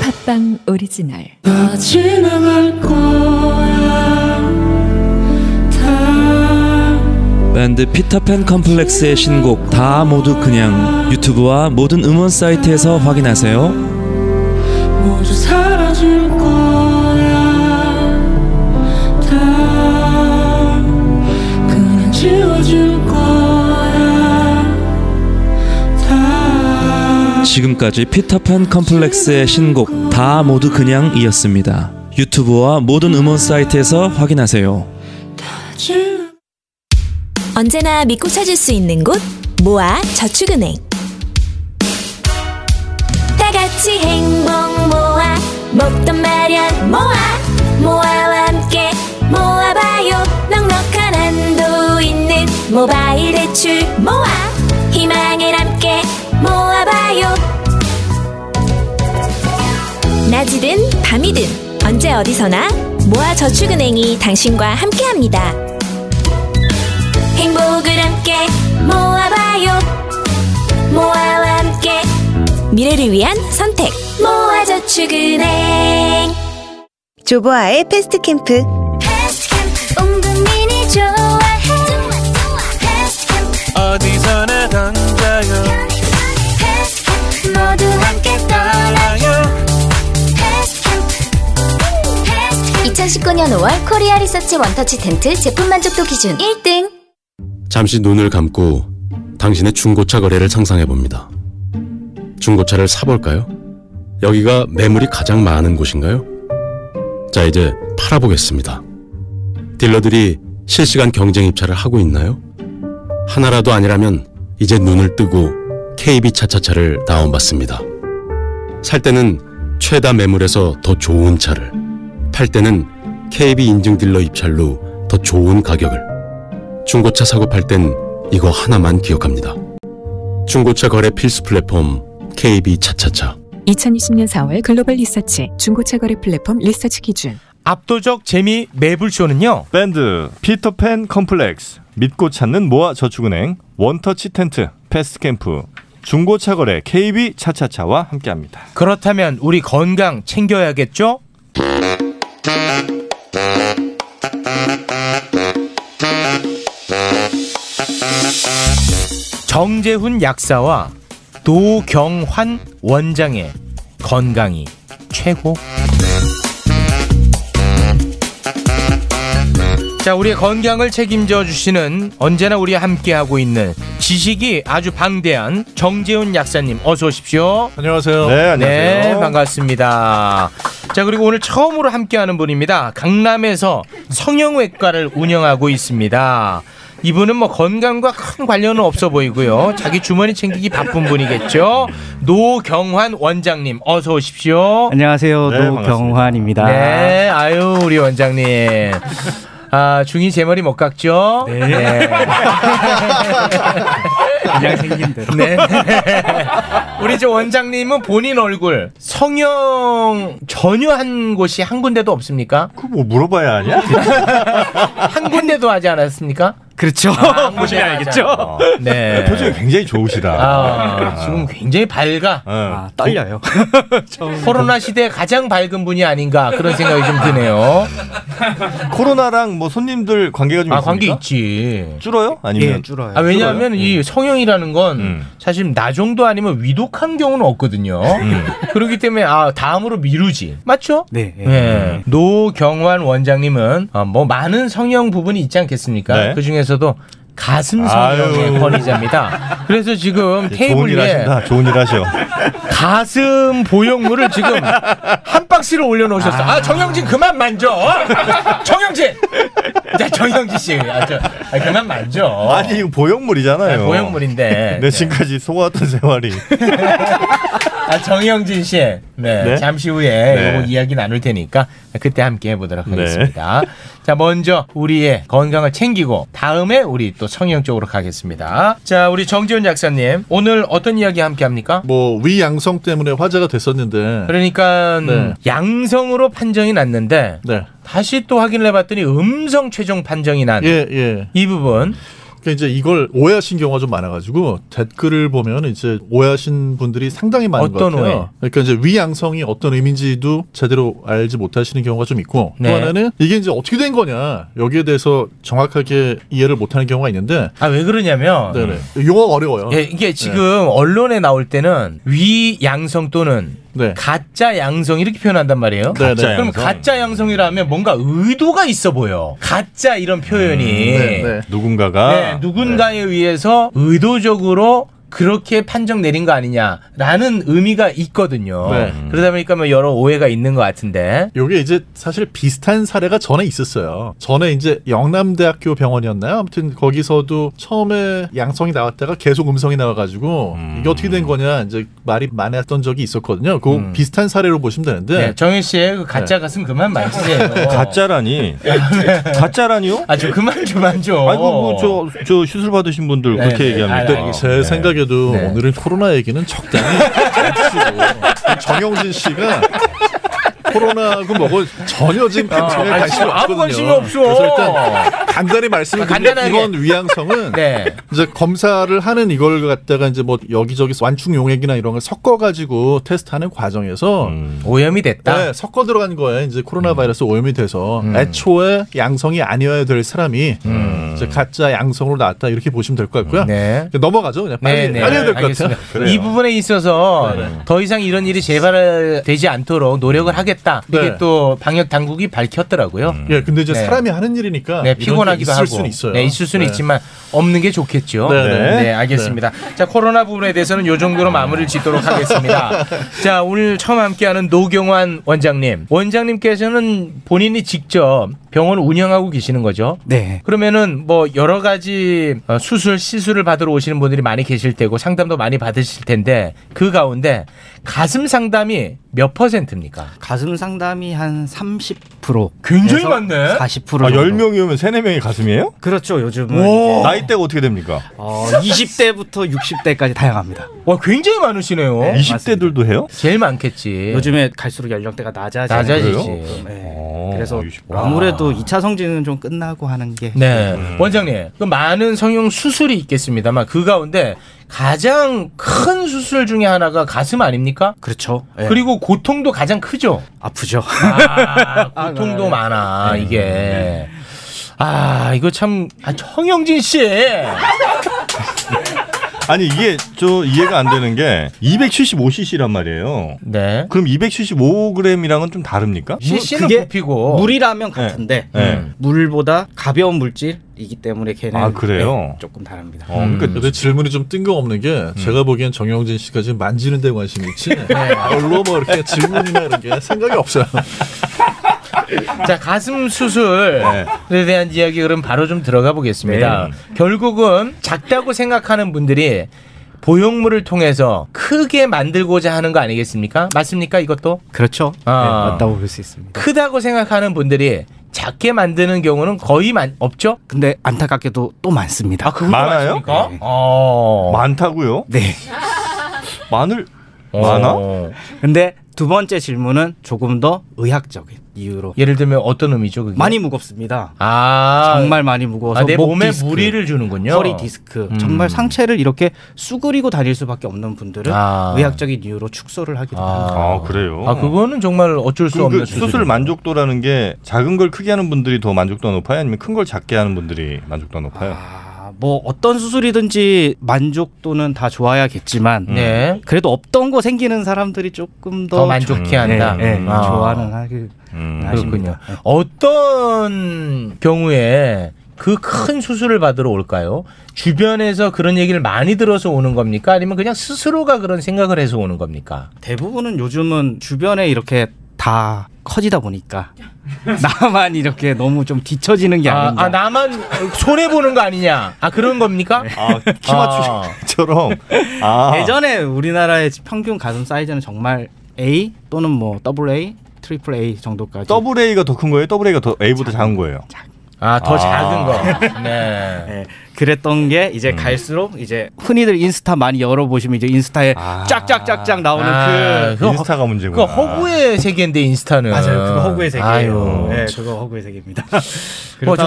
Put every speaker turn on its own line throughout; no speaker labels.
팟빵 오리지널
다 지나갈 거야 다
밴드 피터팬 컴플렉스의 신곡 다 모두 그냥 유튜브와 모든 음원 사이트에서 확인하세요.
모두 사라질 거야 다 그냥 지워질 거야 다
지금까지 피터팬 컴플렉스의 신곡 다 모두 그냥이었습니다. 유튜브와 모든 음원 사이트에서 확인하세요.
지나
언제나 믿고 찾을 수 있는 곳 모아 저축은행 다 같이 행복 모아 먹던 마련 모아 모아와 함께 모아봐요 넉넉한 한도 있는 모바일 대출 모아 희망을 함께 모아봐요 낮이든 밤이든 언제 어디서나 모아 저축은행이 당신과 함께합니다. 행복을 함께 모아봐요 모아와 함께 미래를 위한 선택 모아저축은행
조보아의 패스트 캠프.
온 국민이 좋아해
어디서나 던져요
모두 함께
나요
2019년 5월 코리아 리서치 원터치 텐트 제품 만족도 기준 1등
잠시 눈을 감고 당신의 중고차 거래를 상상해 봅니다. 중고차를 사볼까요? 여기가 매물이 가장 많은 곳인가요? 자, 이제 팔아보겠습니다. 딜러들이 실시간 경쟁 입찰을 하고 있나요? 하나라도 아니라면 이제 눈을 뜨고 KB 차차차를 다운받습니다. 살 때는 최다 매물에서 더 좋은 차를, 팔 때는 KB 인증 딜러 입찰로 더 좋은 가격을, 중고차 사고 팔 땐 이거 하나만 기억합니다. 중고차 거래 필수 플랫폼 KB 차차차.
2020년 4월 그 글로벌 리서치 중고차 거래 플랫폼 리서치 기준
압도적 재미 매불쇼는요.
밴드 피터팬 컴플렉스 믿고 찾는 모아 저축은행 원터치 텐트 패스트캠프 중고차 거래 KB 차차차와 함께합니다.
그렇다면 우리 건강 챙겨야겠죠? 정재훈 약사와 도경환 원장의 건강이 최고. 자, 우리의 건강을 책임져 주시는 언제나 우리 함께하고 있는 지식이 아주 방대한 정재훈 약사님 어서 오십시오.
안녕하세요. 네, 안녕하세요.
네, 반갑습니다. 자, 그리고 오늘 처음으로 함께하는 분입니다. 강남에서 성형외과를 운영하고 있습니다. 이분은 뭐 건강과 큰 관련은 없어 보이고요. 자기 주머니 챙기기 바쁜 분이겠죠. 노경환 원장님, 어서 오십시오.
안녕하세요.
네,
노경환입니다.
네, 아유, 우리 원장님. 아, 중이 제 머리 못 깎죠? 네.
그냥 생긴 대로.
네. 우리 저 원장님은 본인 얼굴 성형 전혀 한 곳이 한 군데도 없습니까?
그뭐 물어봐야 하냐?
한 군데도 하지 않았습니까?
그렇죠.
한 군데
보시면 알겠죠.
어.
네.
표정이 굉장히 좋으시다.
아, 지금 굉장히 밝아.
어.
아, 떨려요.
코로나 시대에 가장 밝은 분이 아닌가 그런 생각이 좀 드네요.
코로나랑 뭐 손님들 관계가 좀
아,
있습니까?
관계 있지.
줄어요? 아니면
예, 줄어요.
아, 왜냐하면 이 성형이라는 건
음.
사실 나 정도 아니면 위독한 경우는 없거든요.
음.
그렇기 때문에 아 다음으로 미루지. 맞죠?
네. 예.
예. 노경환 원장님은 어, 뭐 많은 성형 부분이 있지 않겠습니까?
네.
그 중에서도 가슴
아유.
성형의 권위자입니다. 그래서 지금
좋은
테이블
일
위에
하신다. 좋은 일 하셔.
가슴 보형물을 지금 한 박스를 올려놓으셨어. 아, 정영진 그만 만져. 정영진. 자, 정영진 씨, 아, 저, 아, 그만 만져.
아니 이거 보형물이잖아요.
아, 보형물인데.
내 지금까지 속았던 생활이
아, 정영진 씨. 네,
네?
잠시 후에
네.
요거 이야기 나눌 테니까 그때 함께 해보도록
네.
하겠습니다. 자, 먼저 우리의 건강을 챙기고 다음에 우리 또 성형 쪽으로 가겠습니다. 자, 우리 정지훈 약사님. 오늘 어떤 이야기 함께 합니까?
뭐 위양성 때문에 화제가 됐었는데
그러니까
네.
양성으로 판정이 났는데
네.
다시 또 확인을 해봤더니 음성 최종 판정이 난 이
예, 예.
부분
그러니까 이제 이걸 오해하신 경우가 좀 많아가지고 댓글을 보면 이제 오해하신 분들이 상당히 많은
어떤
것 같아요.
오해?
그러니까 이제 위양성이 어떤 의미인지도 제대로 알지 못하시는 경우가 좀 있고
네.
또 하나는 이게 이제 어떻게 된 거냐 여기에 대해서 정확하게 이해를 못하는 경우가 있는데
아 왜 그러냐면
네네. 용어가 어려워요.
예, 이게 지금
네.
언론에 나올 때는 위 양성 또는 가짜 양성 이렇게 표현한단 말이에요.
네, 네. 가짜
그럼
양성.
가짜 양성이라면 뭔가 의도가 있어 보여. 가짜 이런 표현이
네,
누군가가
네, 누군가에 의해서 의도적으로 그렇게 판정 내린 거 아니냐라는 의미가 있거든요.
네.
그러다 보니까 뭐 여러 오해가 있는 것 같은데.
요게 이제 사실 비슷한 사례가 전에 있었어요. 전에 이제 영남대학교 병원이었나요? 아무튼 거기서도 처음에 양성이 나왔다가 계속 음성이 나와가지고 이게 어떻게 된 거냐 이제 말이 많았던 적이 있었거든요. 그 비슷한 사례로 보시면 되는데
음. 네, 정현 씨의 그 가짜 가슴 그만 말세요.
가짜라니
네.
가짜라니요?
아, 좀 그만 좀 안 줘.
아이고
어.
뭐저저 시술 받으신 분들
네,
그렇게
네,
얘기합니다.
알아요.
제 생각에도 오늘은 코로나 얘기는 적당히 해주시고 정영진 씨가 코로나하고 뭐고 전혀 지금 방송에
아니,
관심이
지금
없거든요.
아무 관심이 없어.
그래서 일단 간단히 말씀을
아,
드리면
간단하게.
이건 위양성은
네.
이제 검사를 하는 이걸 갖다가 이제 뭐 여기저기서 완충 용액이나 이런 걸 섞어 가지고 테스트하는 과정에서
음. 오염이 됐다.
네, 섞어 들어간 거에 이제
음.
코로나 바이러스 오염이 돼서 애초에 양성이 아니어야 될 사람이 이제 가짜 양성으로 나왔다 이렇게 보시면 될 것 같고요.
음. 네.
넘어가죠. 그냥 빨리
네, 네.
빨리 해야 될 것 같아요. 네.
알겠습니다. 이 부분에 있어서 더 이상 이런 일이 재발되지 않도록 노력을 하겠다. 이게
네.
또 방역 당국이 밝혔더라고요.
예, 근데 이제
네.
사람이 하는 일이니까
네,
이런 게
피곤하기도
있을
하고.
수는 있어요.
네, 있을 수는
네.
있지만 없는 게 좋겠죠.
네, 네.
네, 알겠습니다. 자, 코로나 부분에 대해서는 요 정도로 마무리를 짓도록 하겠습니다. 자, 오늘 처음 함께하는 노경환 원장님. 원장님께서는 본인이 직접 병원 을 운영하고 계시는 거죠?
네.
그러면은 뭐 여러 가지 어, 수술 시술을 받으러 오시는 분들이 많이 계실 테고 상담도 많이 받으실 텐데 그 가운데 가슴 상담이 몇 퍼센트입니까?
가슴 상담이 한 30%.
굉장히
에서
많네.
40%.
아,
10명.
10명이 오면 3, 4명이 가슴이에요?
그렇죠. 요즘은 이제
나이대가 어떻게 됩니까?
어, 20대부터 60대까지 다양합니다.
와, 굉장히 많으시네요.
네,
20대들도 해요?
제일 많겠지.
요즘에 갈수록 연령대가 네. 낮아지니까.
낮아지지.
그래요? 네.
어,
그래서
20.
아무래도 2차 성징은 좀 끝나고 하는 게
네. 원장님, 그 많은 성형 수술이 있겠습니다만 그 가운데 가장 큰 수술 중에 하나가 가슴 아닙니까?
그렇죠. 예.
그리고 고통도 가장 크죠.
아프죠.
네. 아, 고통도 네. 많아 이게. 아 이거 참 아, 청영진 씨.
아니 이게 저 이해가 안 되는 게 275cc란 말이에요.
네.
그럼 275g이랑은 좀 다릅니까?
음.
CC는
그게
부피고
물이라면 같은데
네.
음, 물보다 가벼운 물질이기 때문에 걔는
아, 그래요?
네, 조금 다릅니다.
어, 그러니까 음.
근데 질문이 좀 뜬금없는 게 제가 보기엔 정영진 씨가 지금 만지는 데 관심이 있지
네.
별로 뭐 이렇게 질문이나 이런 게 생각이 없어요.
자 가슴 수술에
네.
대한 이야기 그럼 바로 좀 들어가 보겠습니다. 결국은 작다고 생각하는 분들이 보형물을 통해서 크게 만들고자 하는 거 아니겠습니까? 맞습니까 이것도?
그렇죠.
아.
네, 맞다고 볼 수 있습니다.
크다고 생각하는 분들이 작게 만드는 경우는 거의 만, 없죠?
근데 안타깝게도 또 많습니다.
아, 그거
많아요?
맞습니까?
네.
어.
많다고요?
네.
많을
어.
많아?
근데 두 번째 질문은 조금 더 의학적인 이유로
예를 들면 어떤 의미죠? 그게?
많이 무겁습니다.
아
정말 많이 무거워서
아, 내
목
몸에
디스크,
무리를 주는군요.
허리 디스크
음.
정말 상체를 이렇게 수그리고 다닐 수밖에 없는 분들은
아.
의학적인 이유로 축소를 하기도 합니다.
아, 그래요?
아 그거는 정말 어쩔 수
그럼
없는
그 수술 만족도라는 게 작은 걸 크게 하는 분들이 더 만족도가 높아요? 아니면 큰 걸 작게 하는 분들이 만족도가 높아요?
아, 뭐 어떤 수술이든지 만족도는 다 좋아야겠지만
네.
그래도 없던 거 생기는 사람들이 조금 더,
더 만족해 한다.
네, 네,
아.
좋아하는 하기
음.
그렇군요.
하십니다. 네.
어떤 경우에 그 큰 수술을 받으러 올까요? 주변에서 그런 얘기를 많이 들어서 오는 겁니까? 아니면 그냥 스스로가 그런 생각을 해서 오는 겁니까?
대부분은 요즘은 주변에 이렇게 다 커지다 보니까 나만 이렇게 너무 좀 뒤처지는 게
아,
예, 아닌가.
아 나만 손해 보는 거 아니냐? 아 그런
네.
겁니까?
아, 키 맞추기처럼. 아.
예전에 우리나라의 평균 가슴 사이즈는 정말 A 또는 뭐 AA, 트리플 A 정도까지.
더블 A가 더 큰 거예요? 더블 A가 더 A보다 작은 거예요?
아더
아.
작은 거. 네.
예, 그랬던 게 이제 갈수록 이제 흔히들 인스타 많이 열어보시면 이제 인스타에 쫙쫙쫙쫙 나오는
아,
그
그거 인스타가
문제구나.
그거
그러니까
허구의 세계인데 인스타는
맞아요. 그거 허구의 세계예요.
아유,
네, 그거 허구의 세계입니다.
그거 좀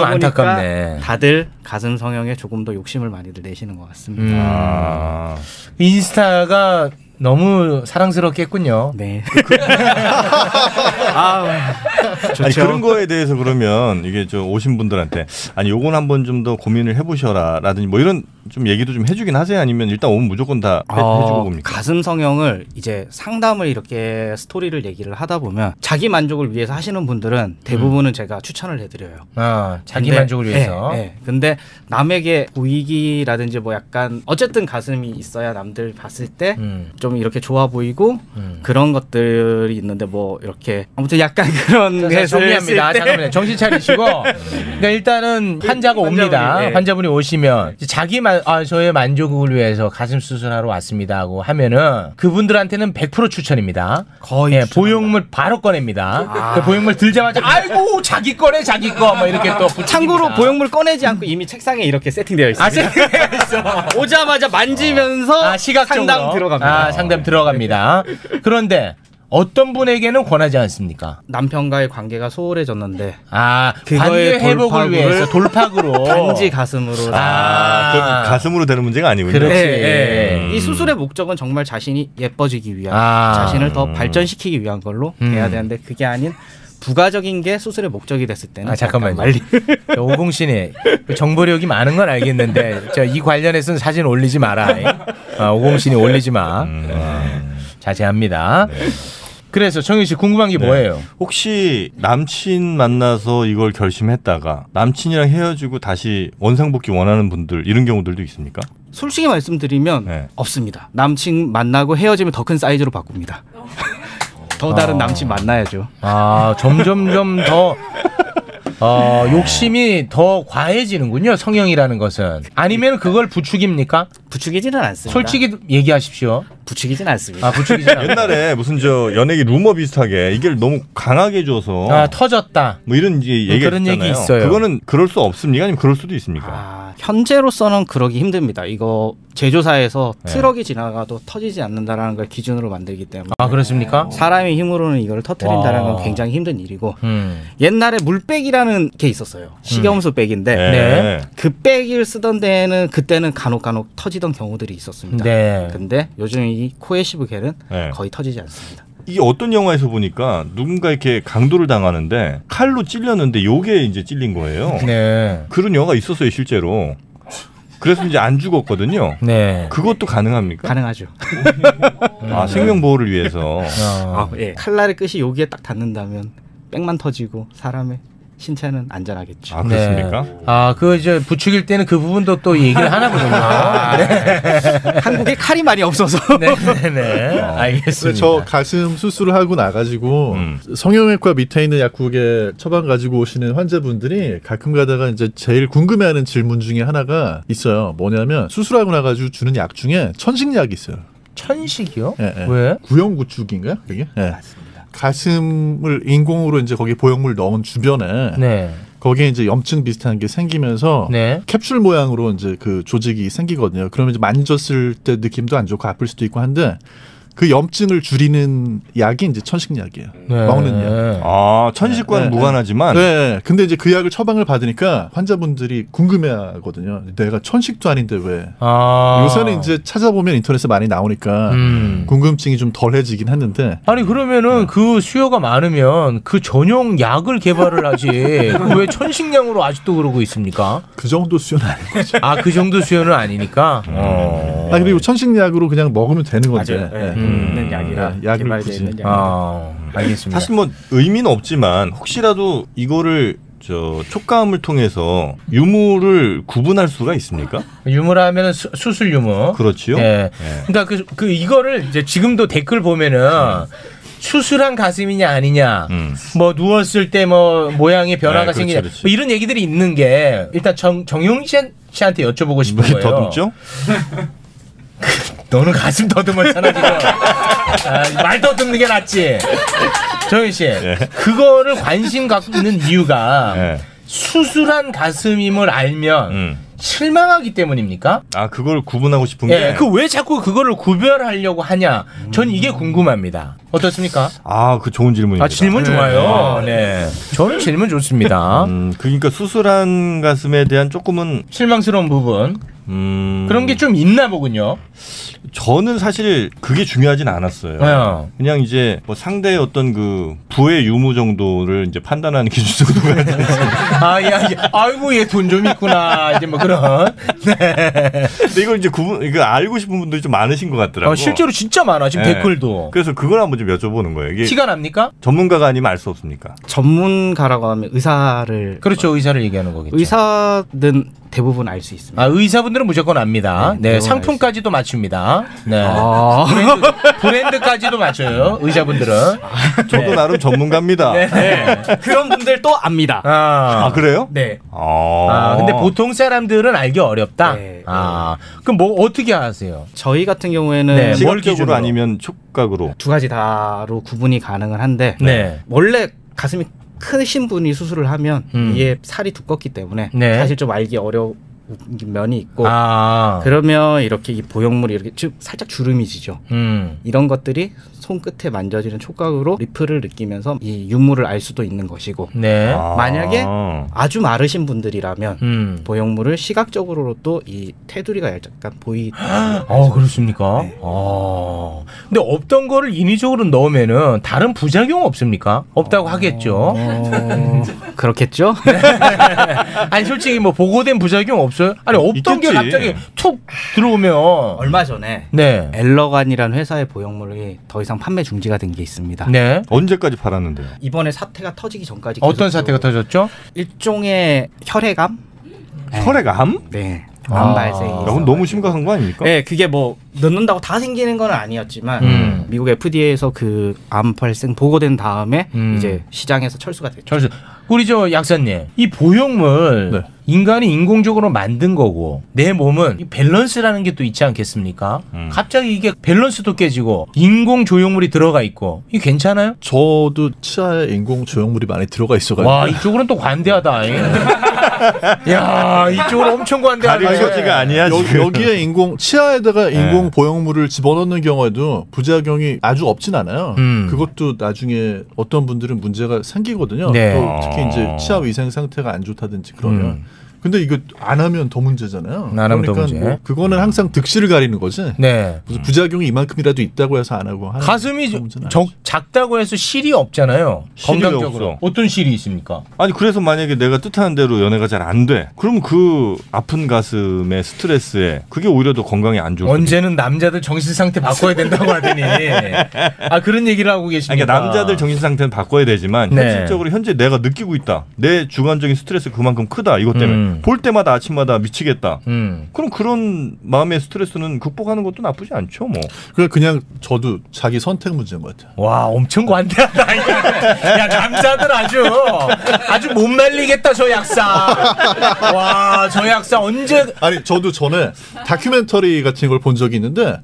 그러다 보니까
안타깝네.
다들 가슴 성형에 조금 더 욕심을 많이들 내시는 것 같습니다.
음. 인스타가 너무 사랑스럽겠군요.
네.
아니
좋죠.
그런 거에 대해서 그러면 이게 저 오신 분들한테 아니 요건 한번 좀 더 고민을 해보셔라라든지 뭐 이런 좀 얘기도 좀 해주긴 하세요 아니면 일단 오면 무조건 다 해,
아,
해주고 봅니까?
어, 가슴 성형을 이제 상담을 이렇게 스토리를 얘기를 하다 보면 자기 만족을 위해서 하시는 분들은 대부분은 제가 추천을 해드려요.
아, 자기
근데-
만족을 위해서.
예, 예. 근데 남에게 보이기라든지 뭐 약간 어쨌든 가슴이 있어야 남들 봤을 때 좀
음.
이렇게 좋아 보이고
음.
그런 것들이 있는데 뭐 이렇게 아무튼 약간 그런
자,
것을
네, 정리합니다.
했을 때
잠깐만요. 정신 차리시고. 그러니까 일단은 환자가
네, 환자분이,
옵니다.
예.
환자분이 오시면 이제 자기 만, 아, 저의 만족을 위해서 가슴 수술하러 왔습니다 하고 하면은 그분들한테는 100% 추천입니다. 거의. 예, 보형물 바로 꺼냅니다.
아.
그 보형물 들자마자 아이고 자기 꺼내 자기 거 뭐 이렇게 또 붙입니다.
참고로 보형물 꺼내지 않고 이미 책상에 이렇게 세팅되어 있습니다.
아, 세팅되어
있어. 오자마자 만지면서
아, 시각적으로.
상담 들어갑니다.
아, 상담 들어갑니다. 그런데 어떤 분에게는 권하지 않습니까?
남편과의 관계가 소홀해졌는데
아, 관계
그거의
회복을
돌파구를
위해서 돌파구로
단지 가슴으로
아,
아, 그 가슴으로 되는 문제가 아니군요.
그렇지. 예,
음.
이 수술의 목적은 정말 자신이 예뻐지기 위한
아.
자신을 더 발전시키기 위한 걸로
음.
돼야 되는데 그게 아닌 부가적인 게 수술의 목적이 됐을 때는
아 잠깐만요.
약간 말리-
오공 씨네 정보력이 많은 건 알겠는데 저 이 관련해서는 사진 올리지 마라. 아, 오공 씨이 올리지 마. 네. 자제합니다. 그래서 정윤 씨 궁금한 게 뭐예요?
혹시 남친 만나서 이걸 결심했다가 남친이랑 헤어지고 다시 원상복귀 원하는 분들 이런 경우들도 있습니까?
솔직히 말씀드리면
네.
없습니다. 남친 만나고 헤어지면 더 큰 사이즈로 바꿉니다. 더 다른
아.
남친 만나야죠.
아 점점점 더 어, 욕심이 더 과해지는군요. 성형이라는 것은 아니면 그걸 부추깁니까?
부추기지는 않습니다.
솔직히 얘기하십시오.
부추기진 않습니다.
아 부추기지 않아요.
옛날에 무슨 저 연예계 루머 비슷하게 이걸 너무 강하게 줘서
아 터졌다.
뭐 이런 이제 얘기
그런 얘기 있어요.
그거는 그럴 수 없습니까? 아니면 그럴 수도 있습니까?
현재로서는 그러기 힘듭니다. 이거 제조사에서
네.
트럭이 지나가도 터지지 않는다라는 걸 기준으로 만들기 때문에
아 그렇습니까?
사람의 힘으로는 이걸 터트린다는
와.
건 굉장히 힘든 일이고
음.
옛날에 물백이라는 게 있었어요. 식염수 백인데
네.
그 백을 쓰던 데에는 그때는 간혹 간혹 터지던 경우들이 있었습니다.
네.
근데 요즘 이 코에시브 겔은
네.
거의 터지지 않습니다.
이게 어떤 영화에서 보니까 누군가 이렇게 강도를 당하는데 칼로 찔렸는데 요게 이제 찔린 거예요.
네.
그런 영화가 있었어요, 실제로. 그래서 이제 안 죽었거든요.
네.
그것도 가능합니까?
가능하죠.
아, 생명 보호를 위해서.
네.
아, 예. 칼날의 끝이 여기에 딱 닿는다면 백만 터지고 사람의 신체는 안전하겠죠.
아, 그렇습니까?
아, 그, 이제, 부추길 때는 그 부분도 또 얘기를 하나 보군요.
아,
한국에 칼이 많이 없어서.
네. 네네네. 알겠습니다.
어.
음.
저 가슴 수술을 하고 나가지고 성형외과 밑에 있는 약국에 처방 가지고 오시는 환자분들이 가끔 가다가 이제 제일 궁금해하는 질문 중에 하나가 있어요. 뭐냐면 수술하고 나가지고 주는 약 중에 천식약이 있어요.
천식이요?
예, 예.
왜?
구형구축인가요? 그게? 예. 가슴을 인공으로 이제 거기 보형물 넣은 주변에
네.
거기에 이제 염증 비슷한 게 생기면서
네.
캡슐 모양으로 이제 그 조직이 생기거든요. 그러면 이제 만졌을 때 느낌도 안 좋고 아플 수도 있고 한데 그 염증을 줄이는 약이 이제 천식약이에요.
네.
먹는 약.
아, 천식과는 무관하지만.
네. 근데 이제 그 약을 처방을 받으니까 환자분들이 궁금해하거든요. 내가 천식도 아닌데 왜?
아.
요새는 이제 찾아보면 인터넷에 많이 나오니까
음.
궁금증이 좀 덜해지긴 했는데
아니, 그러면은 그 수요가 많으면 그 전용 약을 개발을 하지. 왜 천식량으로 아직도 그러고 있습니까?
그 정도 수요는 아니고.
아, 그 정도 수요는 아니니까. 어.
아 그리고 천식약으로 그냥 먹으면 되는 건데.
맞아요.
예.
음.
약이라 약을 굳이.
아, 알겠습니다.
사실 뭐 의미는 없지만 혹시라도 이거를 저 촉감을 통해서 유무를 구분할 수가 있습니까?
유무라면은 수, 수술 유무.
그렇지요.
예. 그러니까 그, 그 이거를 이제 지금도 댓글 보면은 수술한 가슴이냐 아니냐 뭐 누웠을 때 뭐 모양의 변화가
음. 네, 그렇지,
생기냐
그렇지.
뭐 이런 얘기들이 있는 게 일단 정, 정용 씨한- 씨한테 여쭤보고 싶은
왜
거예요.
더듬죠?
너는 가슴 더듬었잖아 지금. 아, 말 더듬는 게 낫지. 정윤 씨,
예.
아.
네.
그거를 관심 갖는 이유가 수술한 가슴임을 알면 실망하기 때문입니까?
음. 아 그걸 구분하고 싶은
예,
게
그 왜 자꾸 그거를 구별하려고 하냐? 전 이게 궁금합니다. 어떻습니까?
아, 그 좋은 질문입니다.
아, 질문 좋아요. 네. 음. 저는 질문 좋습니다.
그러니까 수술한 가슴에 대한 조금은 음,
실망스러운 부분. 그런 게 좀 있나 보군요.
저는 사실 그게 중요하진 않았어요.
네.
그냥 이제 뭐 상대의 어떤 그 부의 유무 정도를 이제 판단하는 기준 정도가
아, 야, 야, 아이고, 얘 돈 좀 있구나. 이제 뭐 그런.
근데 이걸 이제 구분, 이거 알고 싶은 분들이 좀 많으신 것 같더라고요.
어, 실제로 진짜 많아. 지금
예.
댓글도.
그래서 그걸 한번 좀 여쭤보는 거예요. 이게
티가 네. 납니까?
전문가가 아니면 알 수 없습니까?
전문가라고 하면 의사를
그렇죠. 의사를 얘기하는 거겠죠.
의사는 대부분 알 수 있습니다.
아, 의사분들은 무조건 압니다. 네,
대부분
상품까지도 맞춥니다. 네.
아.
브랜드, 까지도 맞춰요. 의사분들은.
저도 나름 전문가입니다.
네. 그런 분들 또 압니다.
아, 그래요?
네.
아,
아, 근데 보통 사람들은 알기 어렵다. 아, 그럼 뭐 어떻게 하세요?
저희 같은 경우에는
네,
뭘
시각적으로 아니면 촉각으로
두 가지 다로 구분이 가능은 한데
네.
원래 가슴이 크신 분이 수술을 하면
음.
이게 살이 두껍기 때문에
네.
사실 좀 알기 어려운 면이 있고
아.
그러면 이렇게 이 보형물이 이렇게 쭉 살짝 주름이 지죠.
음.
이런 것들이 손끝에 만져지는 촉각으로 리프를 느끼면서 이 유무를 알 수도 있는 것이고
네.
만약에 아주 마르신 분들이라면
음.
보형물을 시각적으로도 이 테두리가 약간 보이
아, 그렇습니까? 아. 근데 없던 거를 인위적으로 넣으면은 다른 부작용 없습니까? 없다고 하겠죠.
어, 그렇겠죠?
네. 아니, 솔직히 뭐 보고된 부작용 없어요? 아니, 없던 게
있겠지.
갑자기 툭 들어오면
얼마 전에
네.
엘러간이라는 회사의 보형물이 더 이상 판매 중지가 된 게 있습니다.
네.
언제까지 팔았는데요?
이번에 사태가 터지기 전까지
어떤
계속
사태가 터졌죠?
일종의 혈액암?
네.
혈액암?
네. 암 발생이
어.
야, 그건 너무 심각한 거 아닙니까?
네, 그게 뭐 넣는다고 다 생기는 건 아니었지만
음.
미국 FDA에서 그 암 발생 보고된 다음에
음.
이제 시장에서 철수가 됐죠.
철수. 우리 저 약사님, 이 보형물
네.
인간이 인공적으로 만든 거고 내 몸은 이 밸런스라는 게 또 있지 않겠습니까?
음.
갑자기 이게 밸런스도 깨지고 인공 조형물이 들어가 있고 이 괜찮아요?
저도 치아에 인공 조형물이 많이 들어가 있어가지고
와 이쪽으로는 또 관대하다. 이. 야 이쪽으로 엄청 관대하다.
여, 여기에 인공 치아에다가
네.
인공 보형물을 집어넣는 경우에도 부작용이 아주 없진 않아요.
음.
그것도 나중에 어떤 분들은 문제가 생기거든요.
네.
또 특히 이제 치아 위생 상태가 안 좋다든지 그러면.
음.
근데 이거 안 하면 더 문제잖아요.
안 하면 더 문제.
뭐 그거는 항상 득실을 가리는 거지.
네.
무슨 부작용이 이만큼이라도 있다고 해서 안 하고 하는
가슴이 적, 작다고 해서 실이 없잖아요.
실이
건강적으로
없어.
어떤 실이 있습니까?
아니 그래서 만약에 내가 뜻하는 대로 연애가 잘 안 돼. 그럼 그 아픈 가슴에 스트레스에 그게 오히려 더 건강에 안 좋고.
언제는 남자들 정신 상태 바꿔야 된다고 하더니 아 그런 얘기를 하고 계시니까
그러니까 남자들 정신 상태는 바꿔야 되지만
네.
현실적으로 현재 내가 느끼고 있다. 내 주관적인 스트레스 그만큼 크다. 이것 때문에
음.
볼 때마다 아침마다 미치겠다.
음.
그럼 그런 마음의 스트레스는 극복하는 것도 나쁘지 않죠, 뭐.
그냥 그냥 저도 자기 선택 문제인 것 같아요.
와 엄청 관대하다. 야 남자들 아주 아주 못 말리겠다 저 약사. 와, 저 약사 언제
아니, 저도 전에 다큐멘터리 같은 걸 본 적이 있는데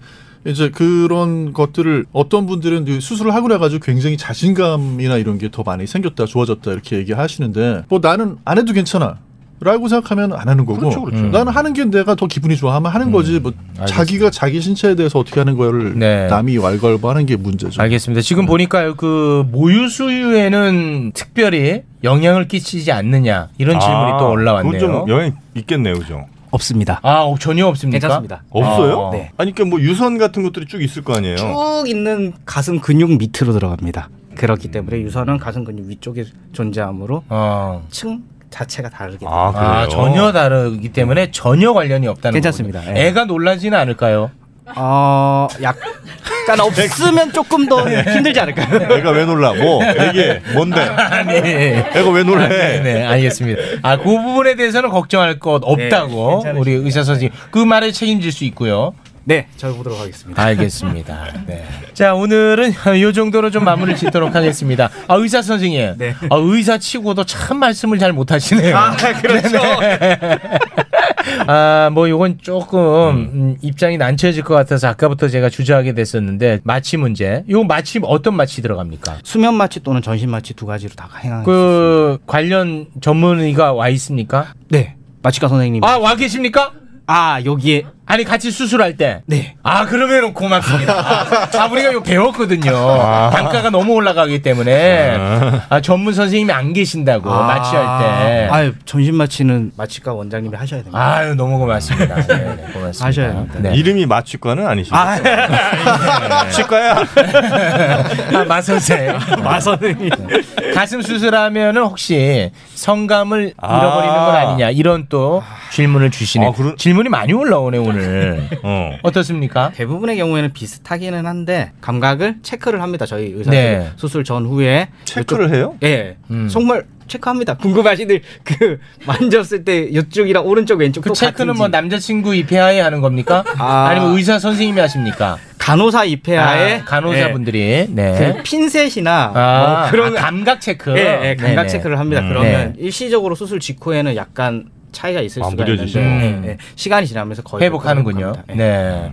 이제 그런 것들을 어떤 분들은 이 수술을 하고 나가지고 굉장히 자신감이나 이런 게 더 많이 생겼다, 좋아졌다 이렇게 얘기하시는데 뭐 나는 안 해도 괜찮아. 라고 생각하면 안 하는 거고
그렇죠, 그렇죠.
나는 하는 게 내가 더 기분이 좋아하면 하는 거지 뭐 자기가 자기 신체에 대해서 어떻게 하는 거를
네.
남이 왈가왈부하는 게 문제죠. 네.
알겠습니다. 지금 보니까요, 그 모유수유에는 특별히 영향을 끼치지 않느냐 이런 질문이
아,
또 올라왔네요.
그건 좀 영향 있겠네요, 그죠?
없습니다.
아 전혀 없습니까?
괜찮습니다.
없어요?
아, 네.
아니 그러니까 뭐 유선 같은 것들이 쭉 있을 거 아니에요.
쭉 있는 가슴 근육 밑으로 들어갑니다. 그렇기 때문에 유선은 가슴 근육 위쪽에 존재하므로
어.
층 자체가 다르게
아,
됩니다.
아, 전혀 다르기 때문에 전혀 관련이 없다는
괜찮습니다.
거군요.
예.
애가 놀라지는 않을까요?
어, 약간 없으면 조금 더 힘들지 않을까요?
내가 왜 놀라? 뭐 이게 뭔데?
애가
왜 놀래?
아, 네, 네, 알겠습니다. 아, 그 부분에 대해서는 걱정할 것
네,
없다고 우리 의사 선생님 그 말에 책임질 수 있고요.
네, 잘 보도록 하겠습니다.
알겠습니다. 네. 자, 오늘은 이 정도로 좀 마무리를 짓도록 하겠습니다. 아, 의사 선생님. 아, 의사 치고도 참 말씀을 잘 못하시네요.
아, 그렇죠.
아, 뭐, 요건 조금, 음, 입장이 난처해질 것 같아서 아까부터 제가 주저하게 됐었는데, 마취 문제. 요 마취, 어떤 마취 들어갑니까?
수면 마취 또는 전신 마취 두 가지로 다 행하는
그, 관련 전문의가 그 와 있습니까?
네. 마취과 선생님.
아 와 계십니까?
아 여기에
아니 같이 수술할 때.
네.
아 그러면 고맙습니다. 아, 우리가 이거 배웠거든요.
아.
단가가 너무 올라가기 때문에 아 전문 선생님이 안
아,
계신다고 마취할 때.
아유 점심 마취는 마취과 원장님이 하셔야 됩니다.
아유 너무 고맙습니다. 네, 네, 고맙습니다.
하셔야 됩니다.
네.
이름이 마취과는 아니시죠?
아,
네.
치과야.
아, 마 선생.
마 선생님.
가슴 수술하면은 혹시 성감을 잃어버리는 건 아니냐 이런 또 질문을 주시네. 요 질문이 많이 올라오네 오늘.
어.
어떻습니까?
대부분의 경우에는 비슷하기는 한데 감각을 체크를 합니다. 저희 의사들
네.
수술 전후에
체크를 해요?
예,
음.
속물 체크합니다. 궁금하시들 그 만졌을 때 이쪽이랑 오른쪽 왼쪽
그 체크는 뭐 남자친구 입회하에 하는 겁니까?
아.
아. 니면 의사 선생님이 하십니까?
간호사 입회하에
아, 간호사분들이 네.
그 핀셋이나
아,
뭐 그런
아, 감각 체크.
예, 예, 감각
네네.
체크를 합니다.
음.
그러면
네.
일시적으로 수술 직후에는 약간 차이가 있을
아,
수가
무뎌지죠.
있는데
음.
예, 예, 시간이 지나면서 거의
회복하는군요.
예.
네.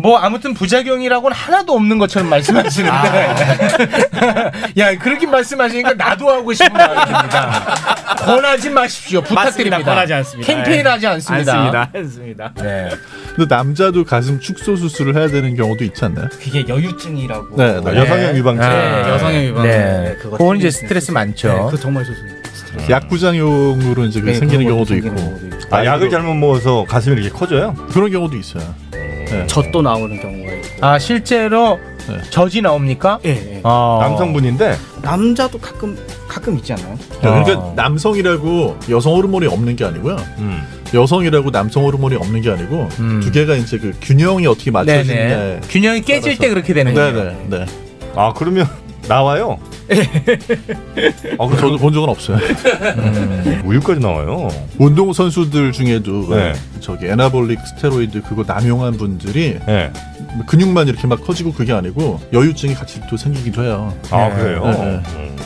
뭐 아무튼 부작용이라고는 하나도 없는 것처럼 말씀하시는데
아.
야 그렇게 말씀하시니까 나도 하고 싶은 마음입니다. 권하지 마십시오. 부탁드립니다.
맞습니다. 권하지 않습니다. 예.
캠페인하지 않습니다.
않습니다. 않습니다.
네.
근데 남자도 가슴 축소 수술을 해야 되는 경우도 있지 않나요?
그게 여유증이라고
네, 네. 여성형 유방증.
네, 여성형 유방증.
네.
네, 그거
그건 이제
생기는
스트레스
수술.
많죠.
네, 그 정말 수술.
약부작용으로 이제 그게
네,
생기는
그런
경우도
것도
있고.
생기는 경우도 있고. 아, 약을 잘못 먹어서 가슴이 이렇게 커져요?
그런 경우도 있어요.
네.
네.
젖도 나오는 경우가 있고.
아 실제로 저지 나옵니까?
예.
어.
남성분인데
남자도 가끔 가끔 있지 않아요?
그러니까 남성이라고 여성 호르몬이 없는 게 아니고요. 여성이라고 남성 호르몬이 없는 게 아니고 두 개가 이제 그 균형이 어떻게 맞춰지느냐.
아, 네네. 균형이 깨질 때 그렇게 되는 거예요.
네네. 네.
아 그러면 나와요?
아, 그럼 저도 본 적은 없어요.
우유까지 나와요.
운동 선수들 중에도
네.
저기 애나볼릭 스테로이드 그거 남용한 분들이
네.
근육만 이렇게 막 커지고 그게 아니고 여유증이 같이 또 생기기도 해요.
아, 그래요?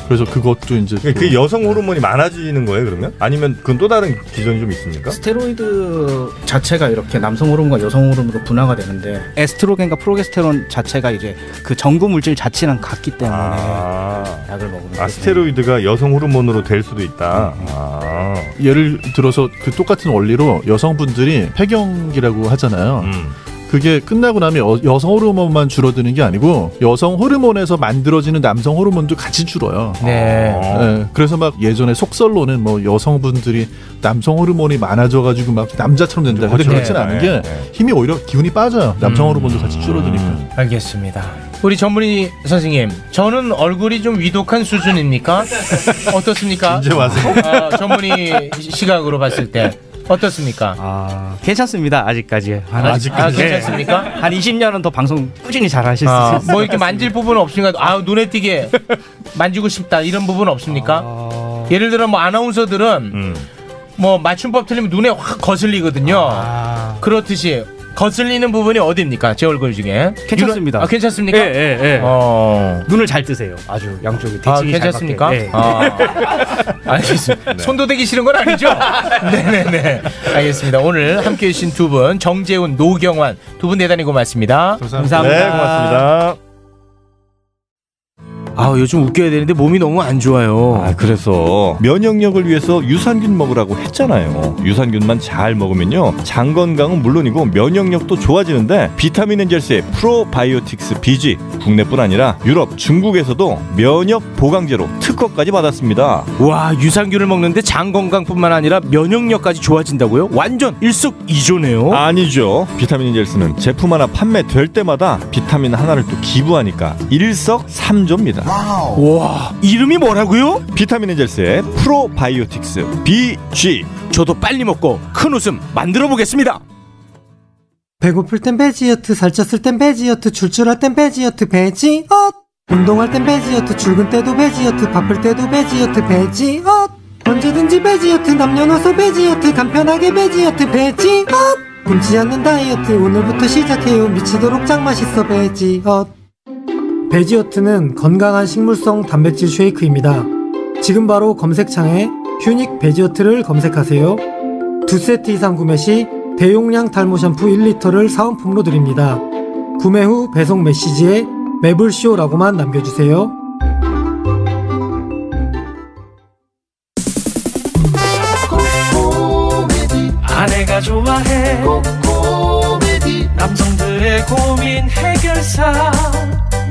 그래서 그것도 이제
그게
또-
여성 호르몬이 많아지는 거예요 그러면? 아니면 그건 또 다른 기전이 좀 있습니까?
스테로이드 자체가 이렇게 남성 호르몬과 여성 호르몬으로 분화가 되는데 에스트로겐과 프로게스테론 자체가 이제 그 전구 물질 자체랑 같기 때문에
아.
약을 먹으면
아 스테로이드가 여성 호르몬으로 될 수도 있다. 아.
예를 들어서 그 똑같은 원리로 여성분들이 폐경기라고 하잖아요.
음.
그게 끝나고 나면 여, 여성 호르몬만 줄어드는 게 아니고 여성 호르몬에서 만들어지는 남성 호르몬도 같이 줄어요.
네.
예, 그래서 막 예전에 속설로는 뭐 여성분들이 남성 호르몬이 많아져가지고 막 남자처럼 된다. 근데
그렇죠.
그렇진
네,
않은
네,
게 힘이 오히려 기운이 빠져요. 남성 호르몬도 같이 줄어드니까.
알겠습니다. 우리 전문의 선생님, 저는 얼굴이 좀 위독한 수준입니까? 어떻습니까?
이제 와서.
어, 전문의 시각으로 봤을 때 어떻습니까?
아, 괜찮습니다. 아직까지. 한,
아직까지? 아, 괜찮습니까?
네. 한 20년은 더 방송 꾸준히 잘 하실
아,
수 있어요.
뭐 이렇게 만질 부분 없으니까 아 눈에 띄게 만지고 싶다 이런 부분 없습니까?
아.
예를 들어 뭐 아나운서들은
음.
뭐 맞춤법 틀리면 눈에 확 거슬리거든요.
아.
그렇듯이 거슬리는 부분이 어디입니까? 제 얼굴 중에
괜찮습니다.
유라- 아, 괜찮습니까?
예, 예, 예.
어.
눈을 잘 뜨세요. 아주 양쪽이 대칭이
아,
잘
괜찮습니까?
맞게. 예.
아, 알겠습니다. 손도 대기 싫은 건 아니죠? 네네네. 알겠습니다. 오늘 함께 해주신 두 분, 정재훈, 노경환, 두 분 대단히 고맙습니다.
네, 고맙습니다.
아 요즘 웃겨야 되는데 몸이 너무 안 좋아요.
아 그래서 면역력을 위해서 유산균 먹으라고 했잖아요. 유산균만 잘 먹으면요 장 건강은 물론이고 면역력도 좋아지는데 비타민 엔젤스의 프로바이오틱스 BG 국내뿐 아니라 유럽, 중국에서도 면역 보강제로 특허까지 받았습니다.
와 유산균을 먹는데 장 건강뿐만 아니라 면역력까지 좋아진다고요? 완전 일석이조네요.
어? 아니죠. 비타민 인젤스는 제품 하나 판매될 때마다 비타민 하나를 또 기부하니까 일석삼조입니다.
와 이름이 뭐라고요?
비타민 인젤스의 프로바이오틱스 BG.
저도 빨리 먹고 큰 웃음 만들어 보겠습니다.
배고플 땐 배지어트, 살쪘을 땐 배지어트, 출출할 땐 배지어트, 배지엇! 운동할 땐 배지어트, 출근 때도 배지어트, 바쁠 때도 배지어트, 배지엇! 언제든지 배지어트, 남녀노소 배지어트, 간편하게 배지어트, 배지엇! 굶지 않는 다이어트, 오늘부터 시작해요. 미치도록 짱 맛있어, 배지엇! 배지어트는 건강한 식물성 단백질 쉐이크입니다. 지금 바로
네?
검색창에 휴닉 배지어트를 검색하세요. 두 세트 이상 구매 시 대용량 탈모 샴푸 1리터를 사은품으로 드립니다. 구매 후 배송 메시지에 매블쇼라고만 남겨주세요.
코미디
아내가 좋아해 코미디 남성들의 고민 해결사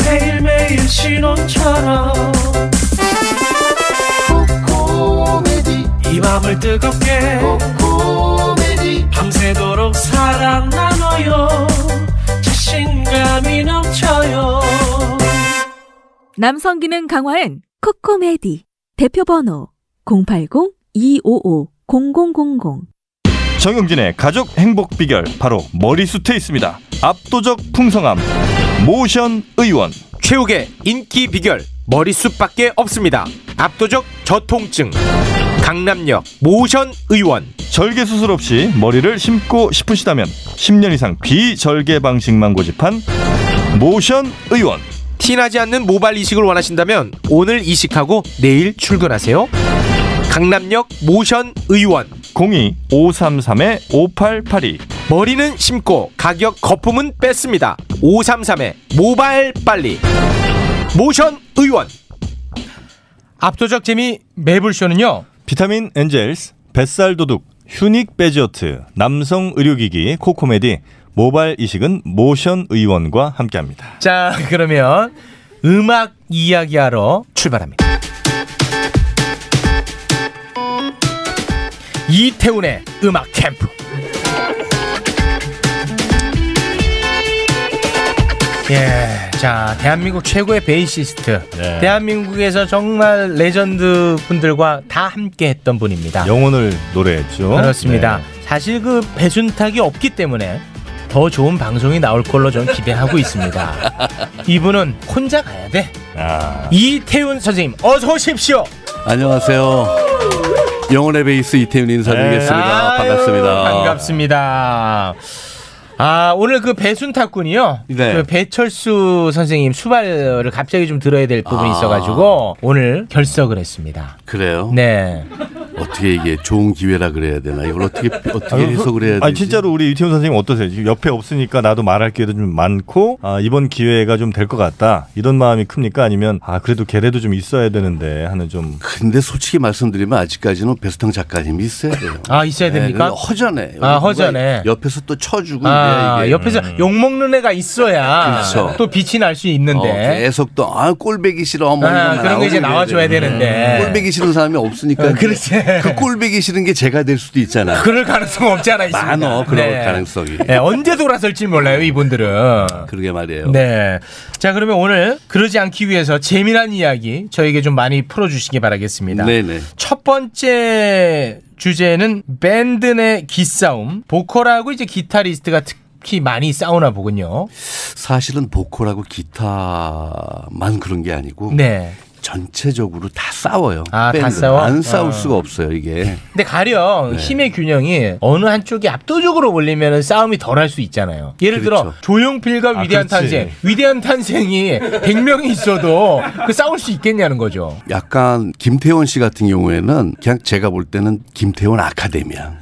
매일매일 신혼처럼 코미디 이 밤을 뜨겁게 코미디 밤새도록 사랑 나눠요 자신감이 넘쳐요
남성 기능 강화엔 코코메디 대표 번호 080-255-0000
정영진의 가족 행복 비결 바로 머리숱에 있습니다. 압도적 풍성함 모션 의원
최욱의 인기 비결 머리숱밖에 없습니다. 압도적 저통증 강남역 모션 의원
절개 수술 없이 머리를 심고 싶으시다면 10년 이상 비절개 방식만 고집한 모션 의원
티나지 않는 모발 이식을 원하신다면 오늘 이식하고 내일 출근하세요. 강남역 모션 의원
02-533-5882
머리는 심고 가격 거품은 뺐습니다. 533에 모발 빨리 모션 의원 압도적 재미 매불쇼는요.
비타민 엔젤스, 뱃살 도둑, 휴닉 베지어트, 남성 의료기기 코코메디, 모발 이식은 모션 의원과 함께합니다.
자 그러면 음악 이야기하러 출발합니다. 이태훈의 음악 캠프. 예, 자 대한민국 최고의 베이시스트, 대한민국에서 정말 레전드 분들과 다 함께했던 분입니다.
영혼을 노래했죠.
어?
그렇습니다.
네.
사실 그 배순탁이 없기 때문에 더 좋은 방송이 나올 걸로 저는 기대하고 있습니다. 이분은 혼자 가야 돼.
아.
이태훈 선생님 어서 오십시오.
안녕하세요. 영혼의 베이스 이태훈 인사드리겠습니다.
네.
반갑습니다.
아유, 반갑습니다. 아 오늘 그 배순탁 군이요.
네.
그 배철수 선생님 수발을 갑자기 좀 들어야 될 부분이
아.
있어가지고 오늘 결석을 했습니다.
그래요?
네.
어떻게 이게 좋은 기회라 그래야 되나? 이걸 어떻게 어떻게
아유, 그,
해석을 해야 되지?
아니 진짜로 우리 이태훈 선생님 어떠세요? 지금 옆에 없으니까 나도 말할 기회도 좀 많고 아, 이번 기회가 좀 될 것 같다 이런 마음이 큽니까? 아니면 아 그래도 걔네도 좀 있어야 되는데 하는 좀
근데 솔직히 말씀드리면 아직까지는 베스탕 작가님이 있어야 돼요.
아 있어야
네,
됩니까?
그건 허전해.
아 허전해.
옆에서 또 쳐주고
아,
이게- 이게-
옆에서 욕 먹는 애가 있어야
그렇죠.
또 빛이 날 수
어,
있는데.
계속 또 아 꼴배기 싫어 뭐
네. 아,
이런
그런 거 이제
나오게
나와줘야
돼요.
되는데.
음, 꼴배기 싫은 사람이 없으니까
어,
그그 꼴배기 싫은 게 제가 될 수도 있잖아.
그럴 가능성 없지 않아 있습니다.
많어 그럴
네.
가능성이.
네, 언제 돌아설지 몰라요 이분들은.
그러게 말이에요.
네. 자 그러면 오늘 그러지 않기 위해서 재미난 이야기 저에게 좀 많이 풀어주시기 바라겠습니다.
네네.
첫 번째 주제는 밴드 내 기싸움. 보컬하고 이제 기타리스트가 특히 많이 싸우나 보군요.
사실은 보컬하고 기타만 그런 게 아니고
네.
전체적으로 다 싸워요.
아, 다
밴드는.
싸워?
안 싸울
어.
수가 없어요 이게.
근데 가령
네.
힘의 균형이 어느 한쪽이 압도적으로 몰리면 싸움이 덜 할 수 있잖아요. 예를 들어 조용필과
아,
위대한
그렇지.
탄생, 위대한 탄생이 100명이 있어도 그 싸울 수 있겠냐는 거죠.
약간 김태원 씨 같은 경우에는 그냥 제가 볼 때는 김태원 아카데미야.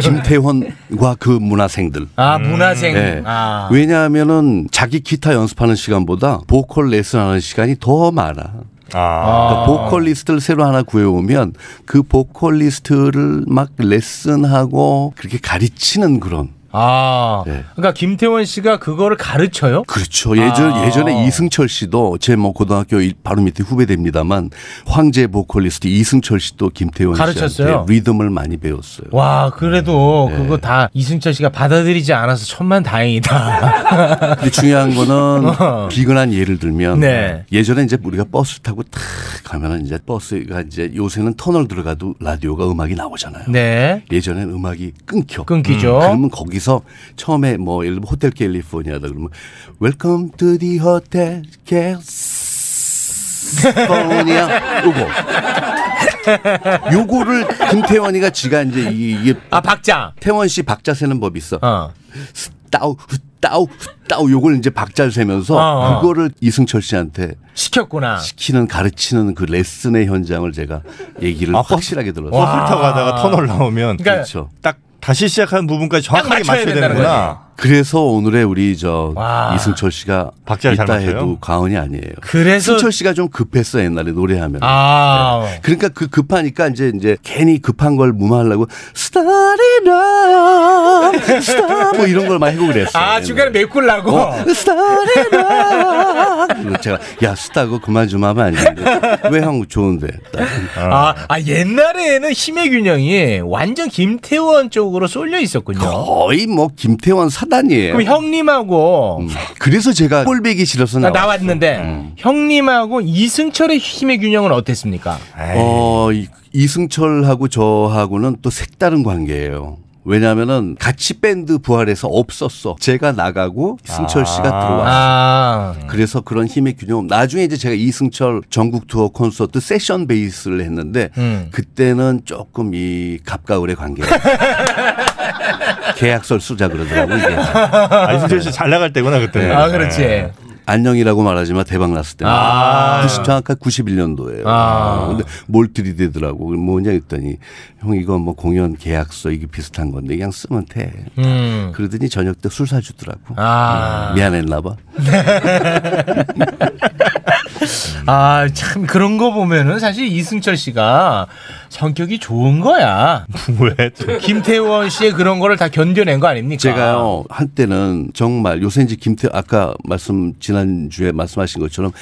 김태원. 과그 문화생들.
아 문화생.
네.
아.
왜냐하면은 자기 기타 연습하는 시간보다 보컬 레슨하는 시간이 더 많아. 그러니까 보컬리스트를 새로 하나 구해오면 그 보컬리스트를 막 레슨하고 그렇게 가르치는 그런.
아,
네.
그러니까 김태원 씨가 그거를 가르쳐요?
그렇죠. 예전
아.
예전에 이승철 씨도 제 뭐 고등학교 일- 바로 밑에 후배됩니다만 황제 보컬리스트 이승철 씨도 김태원
가르쳤어요?
씨한테 리듬을 많이 배웠어요. 예.
와, 그래도 그거 다 이승철 씨가 받아들이지 않아서 천만 다행이다. 어.
근데 중요한 거는 비근한 예를 들면
네.
예전에 이제 우리가 버스 타고 탁 가면은 이제 버스가 이제 요새는 터널 들어가도 라디오가 음악이 나오잖아요.
네.
예전엔 음악이 끊겨. 음,
끊기죠.
그러면 거기서 처음에 뭐 예를 들면 호텔 캘리포니아다 그러면 웰컴 투 디 호텔 캘리포니아 요거. 요거를 김태원이가 지가 이제 이- 이게
아 박자
태원 씨 박자 세는 법이 있어.
어.
따우 따우 따우 요걸 이제 박자를 세면서
어, 어.
그거를 이승철 씨한테
시켰구나.
시키는 가르치는 그 레슨의 현장을 제가 얘기를
아,
확실하게 들었어요.
버스 타고 가다가 터널 나오면
그러니까- 그렇죠.
딱 다시 시작하는 부분까지 정확하게
딱 맞춰야
맞춰야,
된다는
되는구나.
그래서 오늘의 우리 저
와.
이승철 씨가
박자를
있다
잘 맞춰요?
해도 과언이 아니에요.
그래서-
승철 씨가 좀 급했어 옛날에 노래하면.
아.
그러니까 그 급하니까 이제 이제 괜히 급한 걸 무마하려고
스타리라
스타 뭐 이런 걸 많이 하고 그랬어.
아 중간에 메꿀라고.
어. 제가 야 스타고 그만 좀 하면 안 되는데 왜 한국 좋은데?
아, 아 옛날에는 힘의 균형이 완전 김태원 쪽으로 쏠려 있었군요.
거의 뭐 김태원 사단이에요.
그럼 형님하고
그래서 제가 꼴배기 싫어서
나
음, 나왔어.
나왔는데
음.
형님하고 이승철의 힘의 균형은 어땠습니까?
어, 이- 이승철하고 저하고는 또 색다른 관계예요. 왜냐면은 같이 밴드 부활해서 없었어. 제가 나가고 승철 씨가
아.
들어왔어.
아.
그래서 그런 힘의 균형. 나중에 이제 제가 이승철 전국 투어 콘서트 세션 베이스를 했는데
음.
그때는 조금 이 갑가을의 관계. 계약서를 쓰자 그러더라고 이게.
아, 이승철 씨 잘 나갈 때구나 그때는.
아,
아,
네.
안녕이라고 말하지만 대박 났을 때.
아.
90, 정확하게 91년도예요.
아.
근데 뭘 들이대더라고. 그럼 뭐냐 했더니 형 이거 뭐 공연 계약서 이게 비슷한 건데 그냥 쓰면 돼.
음.
그러더니 저녁 때 술 사주더라고.
아.
음, 미안했나 봐.
아 참 그런 거 보면은 사실 이승철 씨가 성격이 좋은 거야.
왜?
김태원 씨의 그런 거를 다 견뎌낸 거 아닙니까?
제가요 한때는 정말 요새 이제 김태 아까 말씀 지난 주에 말씀하신 것처럼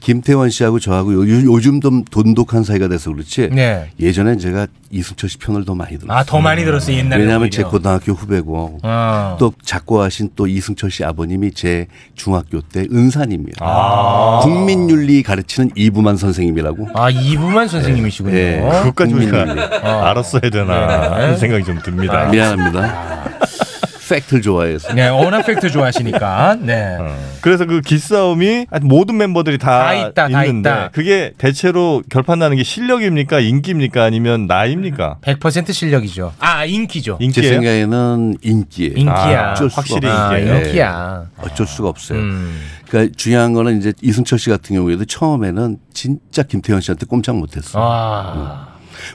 김태원 씨하고 저하고 요, 요즘 좀 돈독한 사이가 돼서 그렇지
네.
예전엔 제가 이승철 씨 편을 더 많이 들었어요.
아, 더 많이 들었어, 옛날에
왜냐하면
오히려.
제 고등학교 후배고
아.
또 작고하신 또 이승철 씨 아버님이 제 중학교 때 은사님이에요.
아.
국민윤리 가르치는 이부만 선생님이라고.
아 이부만 선생님이시군요.
예, 예.
그것까지 우리가
국민윤리.
알았어야 되나
네.
하는 생각이 좀 듭니다.
미안합니다. 팩트를 좋아해서.
네, 워낙 팩트 좋아하시니까. 네.
그래서 그 기싸움이 아직 모든 멤버들이 다,
다 있다, 다
있는데
있다.
그게 대체로 결판 나는 게 실력입니까 인기입니까 아니면 나입니까?
100% 실력이죠. 아 인기죠.
제 생각에는 인기예요.
아,
아,
인기야.
어쩔 수가
확실히
없어요.
인기예요.
예.
인기야. 음.
어쩔 수가 없어요. 그러니까 중요한 거는 이제 이승철 씨 같은 경우에도 처음에는 진짜 김태현 씨한테 꼼짝 못했어.
아.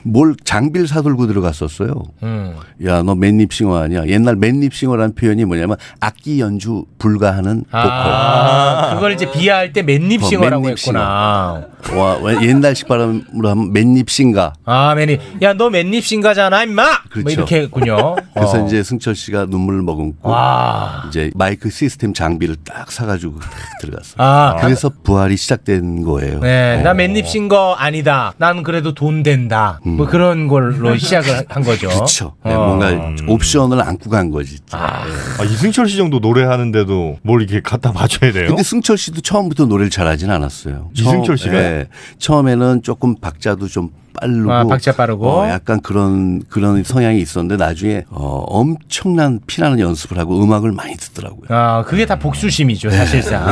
뭘 장비를 사들고 들어갔었어요.
음.
야, 너 맨립싱어 뭐 아니야? 옛날 맨립싱어라는 표현이 뭐냐면 악기 연주 불가하는
아,
보컬.
그걸 이제 비하할 때 맨립싱어라고 했구나.
와, 왜 옛날식 발음으로 하면 맨립싱가.
아, 맨이 야, 너 맨립싱가잖아, 임마.
그렇죠.
뭐 이렇게 했군요.
그래서
어.
이제 승철 씨가 눈물을 머금고
와.
어, 이제 마이크 시스템 장비를 딱 사가지고 딱 들어갔어.
아.
그래서 부활이 시작된 거예요.
네,
어.
나 맨립싱거 아니다. 난 그래도 돈 된다. 뭐 그런 걸로 시작을 한 거죠.
음. 그렇죠. 네,
어.
뭔가 옵션을 안고 간 거지.
아, 이승철 씨 정도 노래하는데도 뭘 이렇게 갖다 맞춰야 돼요?
근데 승철 씨도 처음부터 노래를 잘하진 않았어요.
이승철 씨가요?
예. 처음에는 조금 박자도 좀 빠르고
아, 박자 빠르고.
어, 약간 그런 그런 성향이 있었는데 나중에 어, 엄청난 피나는 연습을 하고 음악을 많이 듣더라고요.
아, 그게 다 복수심이죠, 사실상.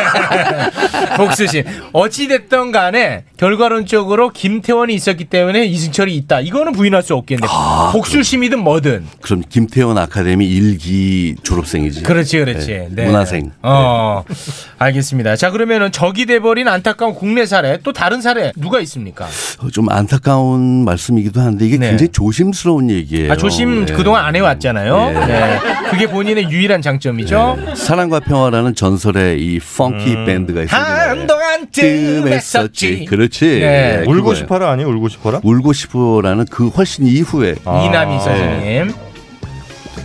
네. 복수심. 어찌됐든 간에 결과론적으로 김태원이 있었기 때문에 이승철이 있다. 이거는 부인할 수 없겠네요. 복수심이든 뭐든.
아, 그렇죠. 그럼 김태원 아카데미 일기 졸업생이지.
그렇지, 그렇지.
예,
네.
문화생. 네.
어, 알겠습니다. 자, 그러면은 적이 돼버린 안타까운 국내 사례, 또 다른 사례, 누가 있습니까? 네.
어, 좀 안타까운 말씀이기도 한데 이게 굉장히 조심스러운 얘기예요.
아, 조심
예.
그동안 안 해왔잖아요. 네. 그게 본인의 유일한
네.
장점이죠.
사랑과 평화라는 전설의 이 펑키 밴드가 있어요.
한동안 뜸했었지.
그렇지.
네.
예,
울고
그거예요.
싶어라 아니 울고 싶어라?
울고 싶어라는 그 훨씬 이후에
이남희
예.
선생님.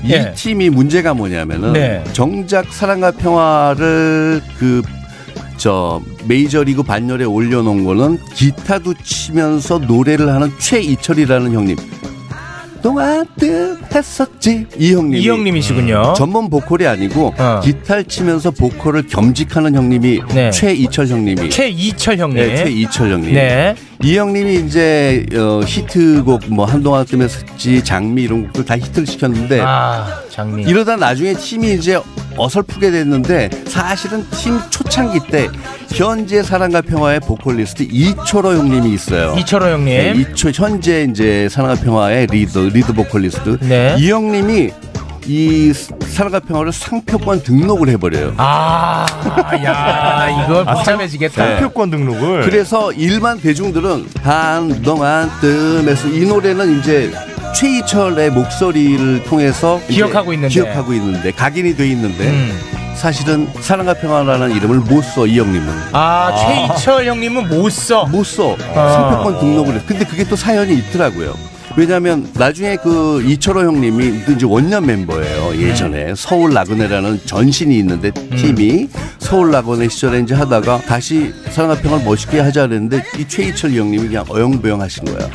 예.
이 팀이 문제가 뭐냐면은
네.
정작 사랑과 평화를 그 저 메이저리그 반열에 올려놓은 거는 기타도 치면서 노래를 하는 최이철이라는 형님. 동안 뜻했었지 이 형님.
이 형님이시군요. 어.
전문 음. 보컬이 아니고 기타를 치면서 보컬을 겸직하는 형님이
네.
최이철 형님이.
최이철 형님.
네, 최이철 형님.
네.
이 형님이 이제 어, 히트곡 뭐 한동안 뜸했었지 장미 이런 곡들 다 히트를 시켰는데
아, 장미.
네. 이러다 나중에 팀이 이제 어설프게 됐는데 사실은 팀 초창기 때 현재 사랑과 평화의 보컬리스트 이철호 형님이 있어요.
이철호 형님.
네, 이초 현재 이제 사랑과 평화의 리더 리드 보컬리스트
네.
이 형님이 이 사랑과 평화를 상표권 등록을 해버려요.
아, 야, 이거
아,
복잡해지겠다.
상- 상표권
등록을.
어, 그래서 일반 대중들은 한동안 뜸해서 이 노래는 이제 최희철의 목소리를 통해서 이제
기억하고 있는데.
기억하고 있는데 각인이 돼 있는데
음.
사실은 사랑과 평화라는 이름을 못 써 이영님은
아, 최희철 형님은 못 써.
뭐, 못 써. 상표권 등록을 했. 근데 그게 또 사연이 있더라고요. 왜냐하면 나중에 그 이철호 형님이 이제 원년 멤버예요 예전에 서울 라그네라는 전신이 있는데 팀이 서울 라그네 시절에 이제 하다가 다시 사랑과 평화를 멋있게 하자 그랬는데 이 최희철 형님이 그냥 어영부영 하신 거야.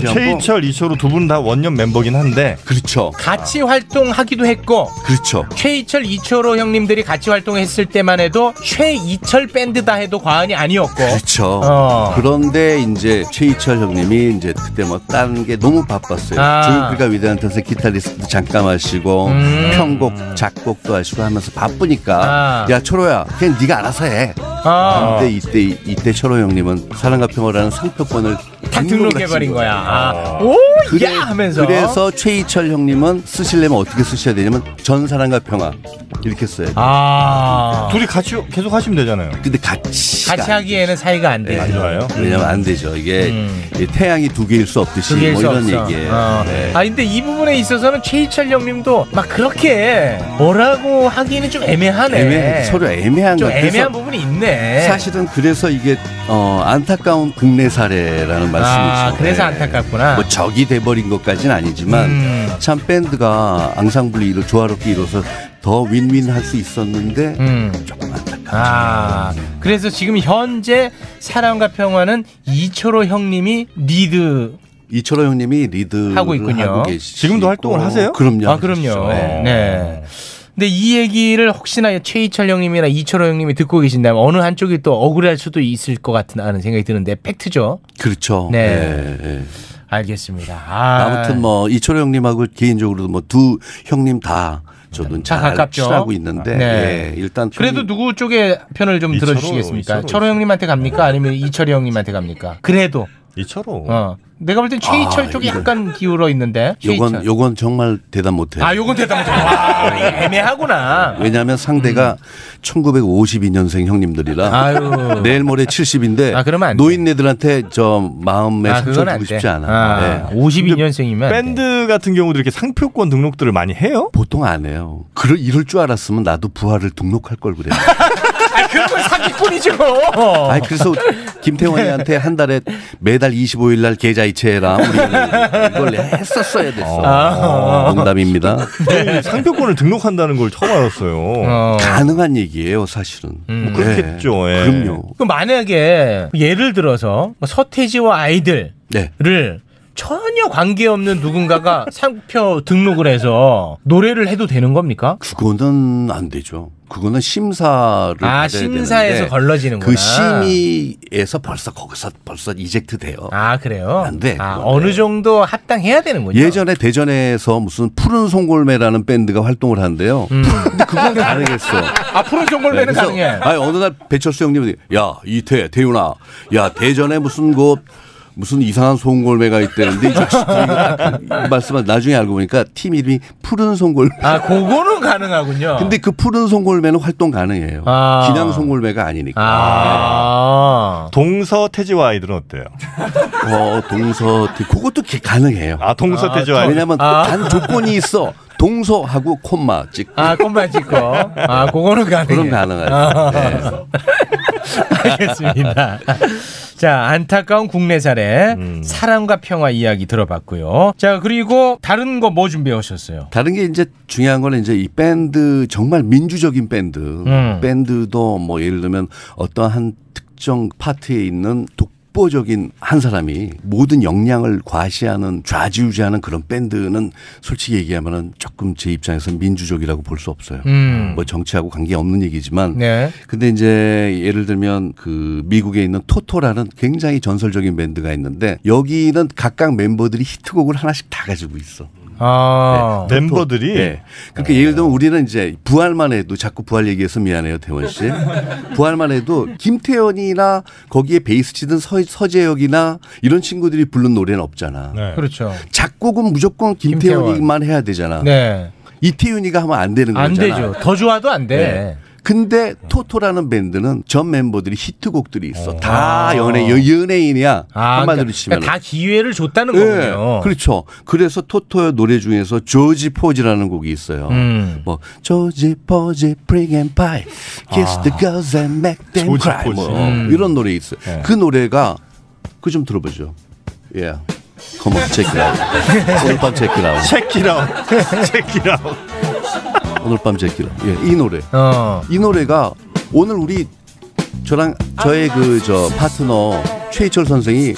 그러니까 최희철, 이철호 두 분 다 원년 멤버긴 한데
그렇죠.
같이 활동하기도 했고
그렇죠.
최희철, 이철호 형님들이 같이 활동했을 때만 해도 최이철 밴드다 해도 과언이 아니었고 어.
그렇죠. 그런데 이제 최희철 형님이 이제 그때 뭐 다른 게 너무 바빴어요.
아.
조용필과 위대한 탄생 기타리스트도 잠깐 하시고
음.
편곡 작곡도 하시고 하면서 바쁘니까
아.
야 초로야 그냥 네가 알아서 해.
아.
근데 이때 이때 초로 형님은 사랑과 평화라는 상표권을 어.
다 등록해버린 거야. 아. 오, 야 하면서
그래서 최희철 형님은 쓰시려면 어떻게 쓰셔야 되냐면 전 사랑과 평화 이렇게 써야 돼.
아.
둘이 같이 계속 하시면 되잖아요.
근데 같이 네,
같이 하기에는 사이가 안 되죠.
왜냐면 안 되죠. 이게 이 태양이 두 개일 수 없듯이
두 개일
네.
수
뭐 이런
없어.
얘기예요.
어.
네.
아 근데 이 부분에 있어서는 최희철 형님도 막 그렇게 뭐라고 하기에는 좀 애매하네.
애매- 서로 애매한
좀
것 같아서
애매한 부분이 있네.
사실은 그래서 이게 어, 안타까운 국내 사례라는 말씀이죠.
아, 그래서
네.
안타깝구나.
뭐 적이 돼버린 것까지는 아니지만
음.
참 밴드가 앙상블이 이로 조화롭게 이뤄서 더 윈윈할 수 있었는데
음.
조금 안타깝죠.
아, 그래서 지금 현재 사랑과 평화는 이철호 형님이 리드 아,
이철호 형님이 리드
하고 있군요.
지금도 활동을 하세요?
그럼요. 예.
아,
어.
그럼요. 네. 근데 이 얘기를 혹시나 최희철 형님이나 이철호 형님이 듣고 계신다면 어느 한쪽이 또 억울할 수도 있을 것 같다는 생각이 드는데 팩트죠.
그렇죠.
네.
예, 예.
알겠습니다. 아.
아무튼 뭐 이철호 형님하고 개인적으로도 뭐 두 형님 다 저도 잘
가깝죠.
친하고 있는데
네.
예, 일단
그래도 누구 쪽의 편을 좀
이철호,
들어주시겠습니까?
이철호,
철호 형님한테 갑니까? 아니면 이철이 형님한테 갑니까? 그래도
이철호.
어. 내가 볼 땐 최희철
아,
쪽이
이거-
약간 기울어 있는데.
요건
최희철.
요건 정말 대답 못해요.
아, 요건 대답 못
아,
와, 이게 애매하구나.
왜냐하면 상대가 1952년생 형님들이라
음. 아유.
내일 모레 70인데 네. 노인네들한테 저 마음에
아,
상처
그건 안
주고
돼.
싶지 않아. 네.
아, 52년생이면
밴드 같은 경우도 이렇게 상표권 등록들을 많이 해요?
보통 안 해요. 그럴 이럴 줄 알았으면 나도 부활을 등록할 걸 그래.
아, 그런 건 사기꾼이죠.
아니 그래서 김태원이한테 한 달에 매달 25일 날 계좌 이체해라. 우리는 이걸 했었어야 됐어.
아.
농담입니다.
네, 상표권을 등록한다는 걸 처음 알았어요.
가능한 얘기예요, 사실은.
음.
네.
뭐 그렇겠죠. 예.
네.
그럼요.
그럼 만약에 예를 들어서 뭐 서태지와 아이들을
네.
전혀 관계없는 누군가가 상표 등록을 해서 노래를 해도 되는 겁니까?
그거는 안 되죠. 그거는 심사를
아,
받아야
심사에서
되는데
걸러지는구나.
그 심의에서 벌써 거기서 벌써 이젝트 돼요.
아 그래요?
안 돼.
아, 어느 정도 합당해야 되는군요.
예전에 대전에서 무슨 푸른 송골매라는 밴드가 활동을 하는데요. 근데 그건 가능했어.
아, 앞으로 정골매는
네, 그래서
가능해.
아니 어느 날 배철수 형님이 야 이태 태윤아 야 대전에 무슨 그 무슨 이상한 송골매가 있대는데 이 자식들 이거 말씀한 나중에 알고 보니까 팀 이름이 푸른 송골매.
아 그거는 가능하군요.
근데 그 푸른 송골매는 활동 가능해요.
아.
기냥 송골매가 아니니까.
동서 태지와 아이들은 어때요?
어, 동서 태 그것도 기- 가능해요.
아, 동서 태지와 아이들.
왜냐면
아.
단 조건이 있어. 동서하고 콤마 찍고.
아 꼼발 찍고. 아 그거는 가능해.
그건
아.
가능하죠. 네.
알겠습니다. 자, 안타까운 국내 사례
음.
사랑과 평화 이야기 들어봤고요. 자, 그리고 다른 거 뭐 준비해 오셨어요?
다른 게 이제 중요한 거는 이제 이 밴드 정말 민주적인 밴드
음.
밴드도 뭐 예를 들면 어떠한 특정 파트에 있는 독보적인 한 사람이 모든 역량을 과시하는 좌지우지하는 그런 밴드는 솔직히 얘기하면은 조금 제 입장에서 민주적이라고 볼 수 없어요.
음.
뭐 정치하고 관계 없는 얘기지만
네.
근데 이제 예를 들면 그 미국에 있는 토토라는 굉장히 전설적인 밴드가 있는데 여기는 각각 멤버들이 히트곡을 하나씩 다 가지고 있어.
아.
네, 멤버들이? 네. 그러니까 예를 들면 우리는 이제 부활만 해도 자꾸 부활 얘기해서 미안해요, 태원 씨. 부활만 해도 김태현이나 거기에 베이스 치던 서, 서재혁이나 이런 친구들이 부른 노래는 없잖아.
네.
그렇죠.
작곡은 무조건 김태현이만 해야 되잖아.
네.
이태윤이가 하면 안 되는
안
거잖아. 네.
되죠. 더 좋아도 안 돼.
근데 토토라는 밴드는 전 멤버들이 히트곡들이 있어. 다 연예 연예인이야. 한마디로 치면
아. 그러니까 다 기회를 줬다는
예,
거군요.
그렇죠. 그래서 토토의 노래 중에서 조지 포지라는 곡이 있어요.
음.
뭐 조지 포지 프링 앤 파이 kiss
아.
the girls and make them
조지
cry
포지.
뭐
음.
이런 노래 있어요.
예.
그 노래가 그 좀 들어보죠. 예. Yeah. Come on, check it out. 오늘 밤 check it out.
Check it out. check it out.
오늘 밤 제끼라. 예, 이 노래.
어.
이 노래가 오늘 우리 저랑 저의 그 저 파트너 최희철 선생이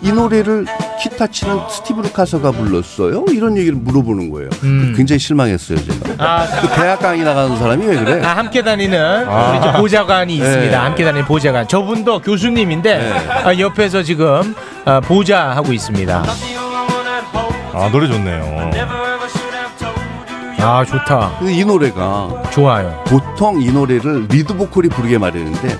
이 노래를 기타 치는 스티브 루카스가 불렀어요? 이런 얘기를 물어보는 거예요. 굉장히 실망했어요, 제가.
음. 아,
그 대학 강의 나가는 사람이 왜 그래?
아, 함께 다니는
아.
우리 이제 보좌관이
네.
있습니다. 함께 다니는 보좌관. 저분도 교수님인데 아, 옆에서 지금 아, 보좌하고 있습니다.
아 노래 좋네요.
아 좋다.
근데 이 노래가
좋아요.
보통 이 노래를 리드 보컬이 부르게 마련인데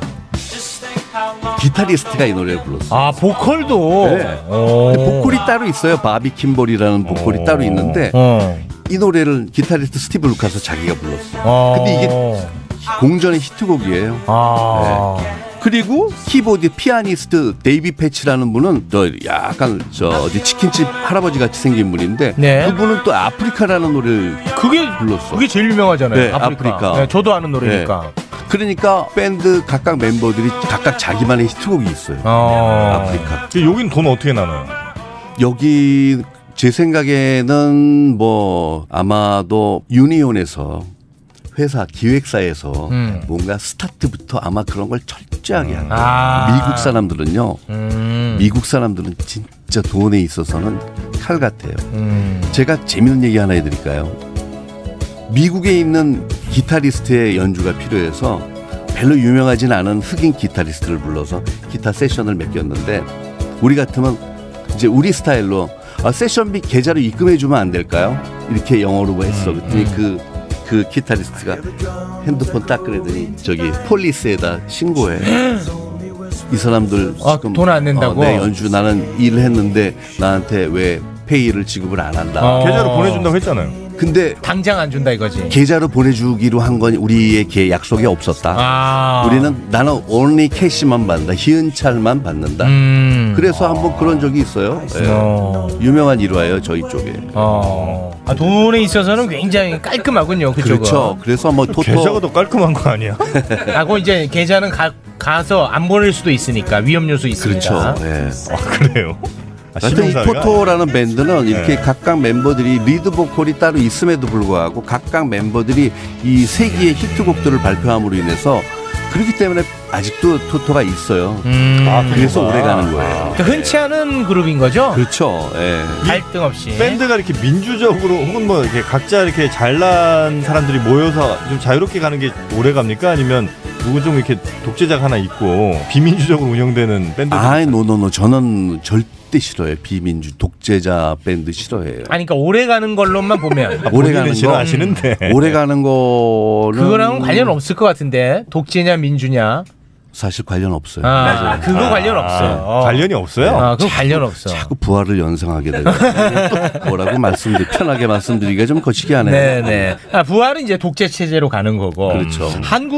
기타리스트가 이 노래를 불렀어요.
아 보컬도.
네. 근데 보컬이 따로 있어요. 바비 킴볼이라는 보컬이 따로 있는데
어.
이 노래를 기타리스트 스티브 루카스 자기가 불렀어요.
어.
근데 이게 공전의 히트곡이에요.
아.
네. 그리고 키보드 피아니스트 데이비 패치라는 분은 저 약간 저 어디 치킨집 할아버지 같이 생긴 분인데
네.
그분은 또 아프리카라는 노래를
그게
불렀어.
그게 제일 유명하잖아요.
네,
아프리카.
아프리카.
네, 저도 아는 노래니까.
네. 그러니까 밴드 각각 멤버들이 각각 자기만의 히트곡이 있어요. 아프리카.
여긴 돈 어떻게 나눠요?
여기 제 생각에는 뭐 아마도 유니온에서 회사 기획사에서
음.
뭔가 스타트부터 아마 그런 걸 철저하게
음.
한다.
아.
미국 사람들은요. 미국 사람들은 진짜 돈에 있어서는 칼 같아요.
음.
제가 재밌는 얘기 하나 해드릴까요? 미국에 있는 기타리스트의 연주가 필요해서 별로 유명하진 않은 흑인 기타리스트를 불러서 기타 세션을 맡겼는데 우리 같으면 이제 우리 스타일로 아, 세션비 계좌로 입금해주면 안 될까요? 이렇게 영어로 했어. 그랬더니 그, 그 기타리스트가 핸드폰 딱 그러더니 저기 폴리스에다 신고해. 이 사람들 지금
아, 돈안 낸다고?
어, 내 연주 나는 일을 했는데 나한테 왜 페이를 지급을 안 한다.
아.
어. 계좌로 보내준다고
했잖아요.
근데
당장 안 준다 이거지.
계좌로 보내주기로 한 건 우리의 계 약속이 없었다.
아.
우리는 나는 only 캐시만 받는다. 희은찰만 받는다.
음.
그래서 한번 그런 적이 있어요. 예. 유명한 일화예요 저희 쪽에.
아, 돈에 있어서는 굉장히 깔끔하군요. 그쪽은.
그렇죠. 그래서 뭐 토토
계좌가 더 깔끔한 거 아니야?
하고 이제 계좌는 가, 가서 안 보낼 수도 있으니까 위험 요소 있습니다.
그렇죠. 예.
그래요. 아,
하여튼 이
신용사회가?
토토라는 밴드는 이렇게
예.
각각 멤버들이 리드 보컬이 따로 있음에도 불구하고 각각 멤버들이 이 세 개의 히트곡들을 발표함으로 인해서 그렇기 때문에 아직도 토토가 있어요.
아,
그래서
그렇구나.
오래 가는 거예요.
그러니까 흔치 않은 그룹인 거죠?
그렇죠. 예.
갈등 없이.
밴드가 이렇게 민주적으로 혹은 뭐 이렇게 각자 이렇게 잘난 사람들이 모여서 좀 자유롭게 가는 게 오래 갑니까? 아니면 누구 좀 이렇게 독재자가 하나 있고 비민주적으로 운영되는 밴드
아이 노노노 저는 절대 싫어요. 비민주 독재자 밴드 싫어해요.
아니 그러니까 오래 가는 걸로만 보면
오래 가는 거
네.
오래 가는 거는
그거랑은 관련 없을 것 같은데 독재냐 민주냐
사실 관련 없어요.
아, 맞아요. 그거 관련 없어요. 어.
관련이 없어요?
아, 그거 관련 없어.
자꾸 부활을 연상하게 되고 뭐라고 말씀드리 편하게 말씀드리기가 좀 거치게 하네요.
네네. 아, 부활은 이제 독재 체제로 가는 거고.
그렇죠.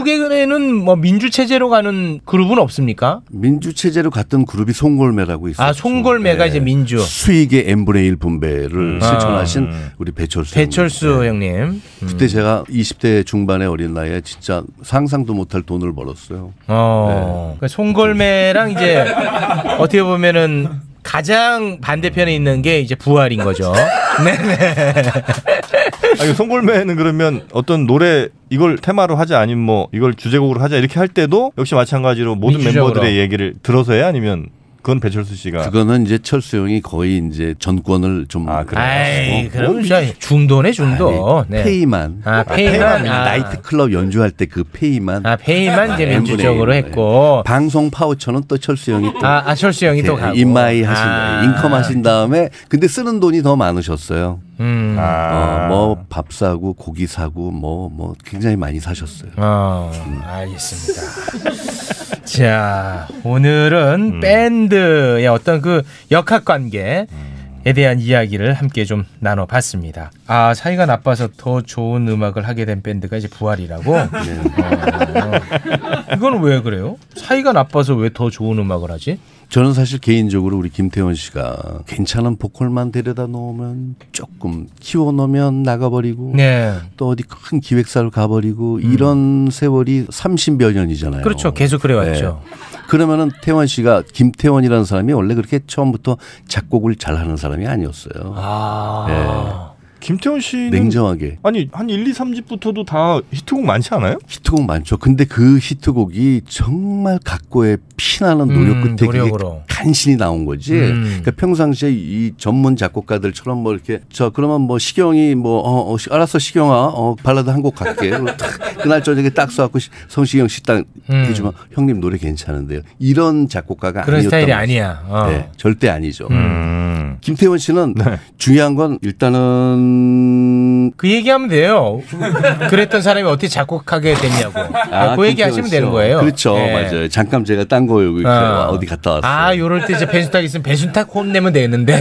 한국에는 뭐 민주 체제로 가는 그룹은 없습니까?
민주 체제로 갔던 그룹이 송골매라고 있어요.
아 송골매가 이제 민주.
수익의 엠브레일 분배를
음.
실천하신 우리 배철수.
배철수 형님. 음.
형님. 네. 그때 제가 20대 중반의 어린 나이에 진짜 상상도 못할 돈을 벌었어요. 네.
어. 그러니까 송골매랑 이제 어떻게 보면은 가장 반대편에 있는 게 이제 부활인 거죠. 네네.
아니 송골매는 그러면 어떤 노래 이걸 테마로 하자 아니면 뭐 이걸 주제곡으로 하자 이렇게 할 때도 역시 마찬가지로 모든
민주적으로.
멤버들의 얘기를 들어서 해야 아니면 그건 배철수 씨가
그거는 이제 철수 형이 거의 이제 전권을 좀. 아,
그래요?
아이, 그럼 진짜 중도네 중도. 네.
뭐 페이만.
아, 페이만. 아.
나이트클럽 연주할 때 그 페이만.
아, 페이만 이제 민주적으로 했고.
방송 파우처는 또 철수 형이 또.
아, 아, 철수 형이 또 가고.
인마이 하신
아.
거예요. 인컴 하신 다음에 근데 쓰는 돈이 더 많으셨어요.
음.
어, 뭐밥 사고 고기 사고 뭐 뭐 굉장히 많이 사셨어요. 음.
어, 알겠습니다.
음.
자, 오늘은 밴드의 어떤 그 역학 관계
음.
에 대한 이야기를 함께 좀 나눠봤습니다. 아 사이가 나빠서 더 좋은 음악을 하게 된 밴드가 이제 부활이라고.
네.
어, 이건 왜 그래요? 사이가 나빠서 왜 더 좋은 음악을 하지?
저는 사실 개인적으로 우리 김태원 씨가 괜찮은 보컬만 데려다 놓으면 조금 키워 놓으면 나가버리고
네.
또 어디 큰 기획사로 가버리고 이런 세월이 30여 년이잖아요.
그렇죠. 계속 그래왔죠.
네. 그러면은 태원 씨가 김태원이라는 사람이 원래 그렇게 처음부터 작곡을 잘하는 사람이 아니었어요. 예.
김태원 씨는
냉정하게
아니 한 1, 2, 3집부터도 다 히트곡 많지 않아요?
히트곡 많죠. 근데 그 히트곡이 정말 각고의 피나는 노력
음,
끝에 그게
노력으로.
간신히 나온 거지.
음.
그러니까 평상시에 이 전문 작곡가들처럼 뭐 이렇게 저 그러면 뭐 시경이 뭐 어, 어, 시- 알았어 시경아 어, 발라드 한 곡 갈게. 그리고 탁 그날 저녁에 딱 써갖고 시- 성시경 식당
음.
해주면 형님 노래 괜찮은데요. 이런 작곡가가
그런
아니었단
스타일이
말이죠.
아니야. 어.
네, 절대 아니죠.
음.
김태원 씨는 중요한 건 일단은
그 얘기하면 돼요. 그랬던 사람이 어떻게 작곡하게 됐냐고.
아,
그 얘기하시면
김태원
되는
씨요.
거예요.
그렇죠,
예.
맞아요. 잠깐 제가 딴 거 여기
아.
어디 갔다 왔어요.
아, 요럴 때 이제 배순탁 있으면 배순탁 혼내면 되는데.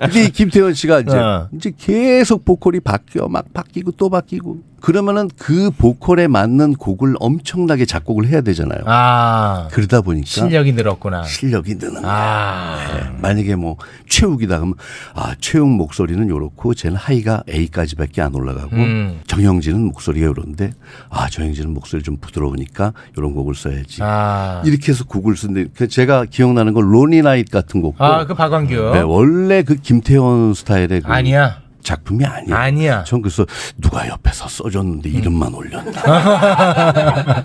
근데 이 김태현 씨가 이제,
어.
이제 계속 보컬이 바뀌어 막 바뀌고 또 바뀌고 그러면은 그 보컬에 맞는 곡을 엄청나게 작곡을 해야 되잖아요.
아.
그러다 보니까
실력이 늘었구나.
실력이 느는
아.
만약에 뭐 최욱이다 그러면 아 최욱 목소리는 요렇고 쟤는 하이가 A까지밖에 안 올라가고
음.
정영진은 목소리가 요런데 아 정영진은 목소리 좀 부드러우니까 요런 곡을 써야지
아.
이렇게 해서 곡을 쓴데 그 제가 기억나는 건 로니 나잇 같은 곡도
아, 그 박완규.
네, 원래 그 김태원 스타일의 그
아니야.
작품이 아니야. 아니야. 예. 전 그래서 누가 옆에서 써줬는데 이름만 올렸나.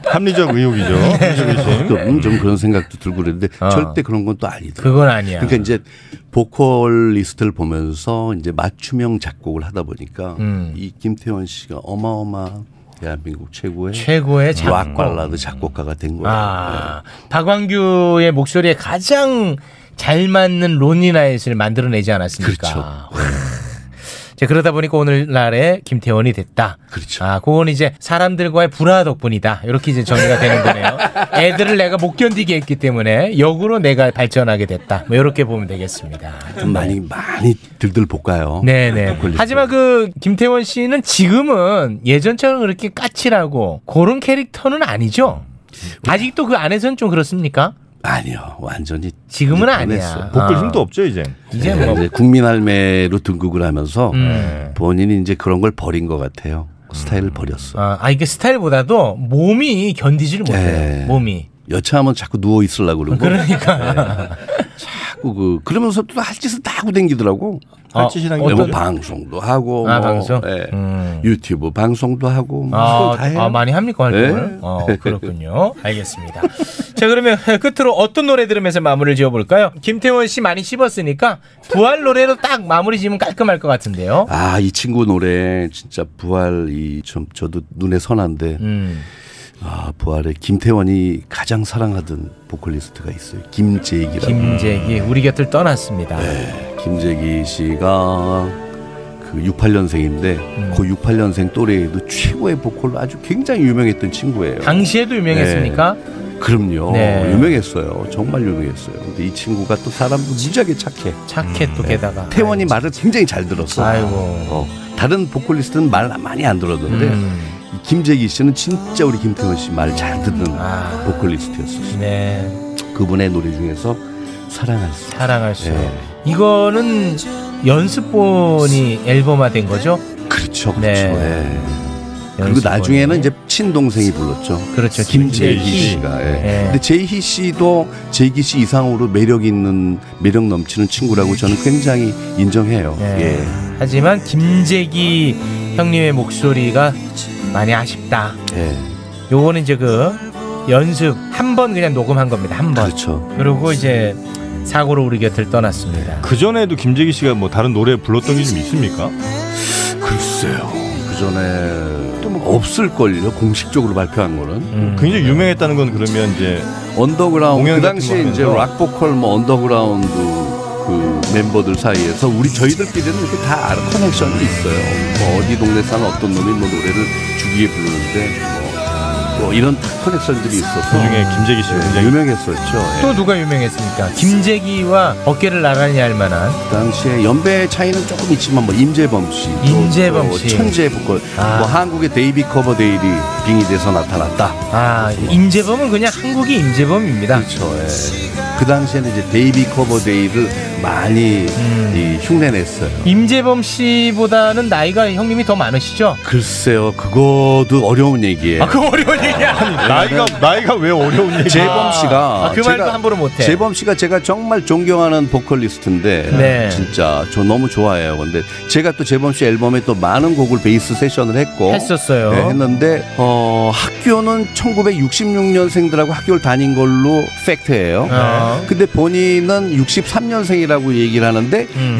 합리적 의혹이죠. 합리적 의심.
조금 좀 그런 생각도 들고 그랬는데
어.
절대 그런 건 또 아니더라고요.
그건 아니야.
그러니까 이제 보컬리스트를 보면서 이제 맞춤형 작곡을 하다 보니까
음.
이 김태원 씨가 어마어마한 대한민국 최고의 음.
최고의 작곡.
락 발라드 작곡가가 된 거예요.
아, 박광규의 목소리에 가장 잘 맞는 론이나잇을 만들어내지 않았습니까?
그렇죠.
와. 이제 그러다 보니까 오늘날의 김태원이 됐다.
그렇죠.
아, 그건 이제 사람들과의 불화 덕분이다. 이렇게 이제 정리가 되는 거네요. 애들을 내가 못 견디게 했기 때문에 역으로 내가 발전하게 됐다. 뭐 이렇게 보면 되겠습니다.
좀 많이 많이 들들 볶아요.
네. 네네. 하지만 그 김태원 씨는 지금은 예전처럼 그렇게 까칠하고 그런 캐릭터는 아니죠.
네.
아직도 그 안에서는 좀 그렇습니까?
아니요, 완전히
지금은 아니야.
복을
아.
힘도 네.
없죠 이제.
이제 뭐-
국민할매로 등극을 하면서
음.
본인이 이제 그런 걸 버린 것 같아요. 스타일을 버렸어.
아, 아, 이게 스타일보다도 몸이 견디질 못해요.
네.
몸이.
여차하면 자꾸 누워 있으려고 그러고.
그러니까.
자꾸 그 그러면서 또 할 짓은 다 하고 댕기더라고.
아, 할 짓이란 게
뭐
어떤-
방송도 하고
아,
뭐,
방송?
예. 유튜브 방송도 하고 뭐
음. 아,
그걸 다 해요.
아, 많이 합니까 활동을?
예.
어, 그렇군요. 알겠습니다. 자 그러면 끝으로 어떤 노래 들으면서 마무리를 지어볼까요? 김태원 씨 많이 씹었으니까 부활 노래로 딱 마무리 지으면 깔끔할 것 같은데요.
아, 이 친구 노래 진짜 부활이 좀 저도 눈에 선한데
음.
아, 부활의 김태원이 가장 사랑하던 보컬리스트가 있어요. 김재기라고.
김재기 우리 곁을 떠났습니다.
네. 김재기 씨가 그 68년생인데
음.
그 68년생 또래에도 최고의 보컬로 아주 굉장히 유명했던 친구예요.
당시에도 유명했습니까?
네. 그럼요.
네.
유명했어요. 정말 유명했어요. 근데 이 친구가 또 사람도 무지하게 착해.
착해 또 게다가.
음, 네.
음.
태원이 말을 굉장히 잘 들었어.
아이고.
어, 다른 보컬리스트는 말 많이 안 들었는데
음.
이 김재기 씨는 진짜 우리 김태원 씨 말 잘 듣는
아.
보컬리스트였었어요.
네.
그분의 노래 중에서 사랑할 수.
사랑할 수.
네.
이거는 연습본이 앨범화된 거죠?
그렇죠, 그렇죠. 예. 그리고
네. 연습본이네.
나중에는 이제 친동생이 불렀죠.
그렇죠.
김재기
김재기.
씨가. 예.
예.
근데 제희 씨도 재기 씨 이상으로 매력 있는 매력 넘치는 친구라고 저는 굉장히 인정해요.
예.
예.
하지만 김재기 형님의 목소리가 많이 아쉽다.
예.
요거는 이제 그 연습 한 번 그냥 녹음한 겁니다. 한 번.
그렇죠.
그리고 이제 사고로 우리 곁을 떠났습니다.
그 전에도 김재기 씨가 뭐 다른 노래 불렀던 게 좀 있습니까?
글쎄요. 그 전에
뭐.
없을걸요. 공식적으로 발표한 거는.
음.
굉장히 유명했다는 건 그러면 이제
언더그라운드
공연
그
같은 거
당시에
하면서.
이제 락 보컬 뭐 언더그라운드 그 멤버들 사이에서 우리 저희들끼리는 이렇게 다 아는 커넥션이 있어요. 뭐 어디 동네 사는 어떤 놈이 뭐 노래를 주기에 부르는데 뭐, 뭐 이런 커넥션들이 있어서
그중에 김재기 씨
유명했었죠. 예.
또 누가 유명했습니까? 김재기와 어깨를 나란히 할 만한
그 당시에 연배 차이는 조금 있지만 뭐 임재범 씨, 또
임재범
뭐
씨.
천재 보컬,
아.
뭐 한국의 데이비 커버데일이 빙이 돼서 나타났다. 뭐
아 임재범은 그냥 한국이 임재범입니다.
그렇죠. 예. 그 당시에는 이제 데이비 커버데일을 많이
음.
이 흉내냈어요.
임재범 씨보다는 나이가 형님이 더 많으시죠?
글쎄요, 그거도 어려운 얘기예요.
아, 그거 어려운 얘기야.
나이가-
나이가 왜 어려운 얘기야?
재범 씨가
아, 그 말도 함부로 못해.
재범 씨가 제가 정말 존경하는 보컬리스트인데
네.
진짜 저 너무 좋아해요. 근데 제가 또 재범 씨 앨범에 또 많은 곡을 베이스 세션을 했고
했었어요.
네, 했는데 어, 학교는 1966년생들하고 학교를 다닌 걸로 팩트예요.
네.
근데 본인은 63년생이라고 얘기를 하는데
음.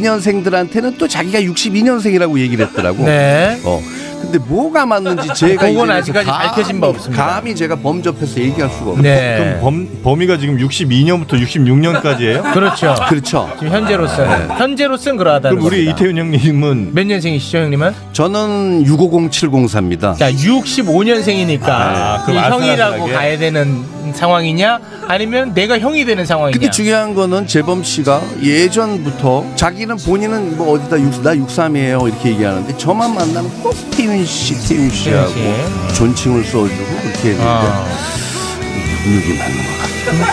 62년생들한테는 또 자기가 62년생이라고 얘기를 했더라고.
네.
어. 근데 뭐가 맞는지 제가
그건
이제
아직까지 밝혀진
바 없습니다. 감히 제가 범접해서 얘기할 수가
네.
없어요.
그럼 범, 범위가 지금 62년부터 66년까지예요?
그렇죠.
그렇죠.
지금 현재로서는 현재로서는 그러하다는
그럼 우리
겁니다.
이태윤 형님은
몇 년생이시죠, 형님은?
저는 65074입니다.
자, 65년생이니까
아,
이
그럼
형이라고
아슬아슬하게.
가야 되는 상황이냐? 아니면 내가 형이 되는 상황이냐?
근데 중요한 거는 재범 씨가 예전부터 자기는 본인은 뭐 어디다 육, 나 63이에요 이렇게 얘기하는데 저만 만나면 꼭 태윤 씨, 태윤 씨하고
태윤
존칭을 써주고 그렇게 했는데
아.
66이 맞는 것 같아요.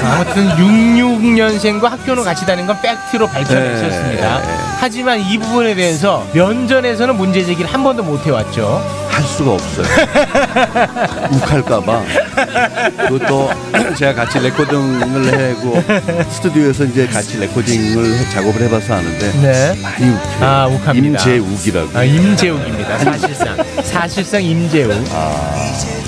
아무튼 66년생과 학교는 같이 다닌 건 팩트로 밝혀냈었습니다.
네.
하지만 이 부분에 대해서 면전에서는 문제 제기를 한 번도 못 해왔죠.
할 수가 없어요. 욱할까봐. 그것도 제가 같이 레코딩을 하고 스튜디오에서 이제 같이 레코딩을 해- 작업을 해봐서 아는데
네.
많이 욱해요.
아, 욱합니다.
임재욱이라고.
아, 임재욱입니다. 사실상 사실상 임재욱.
아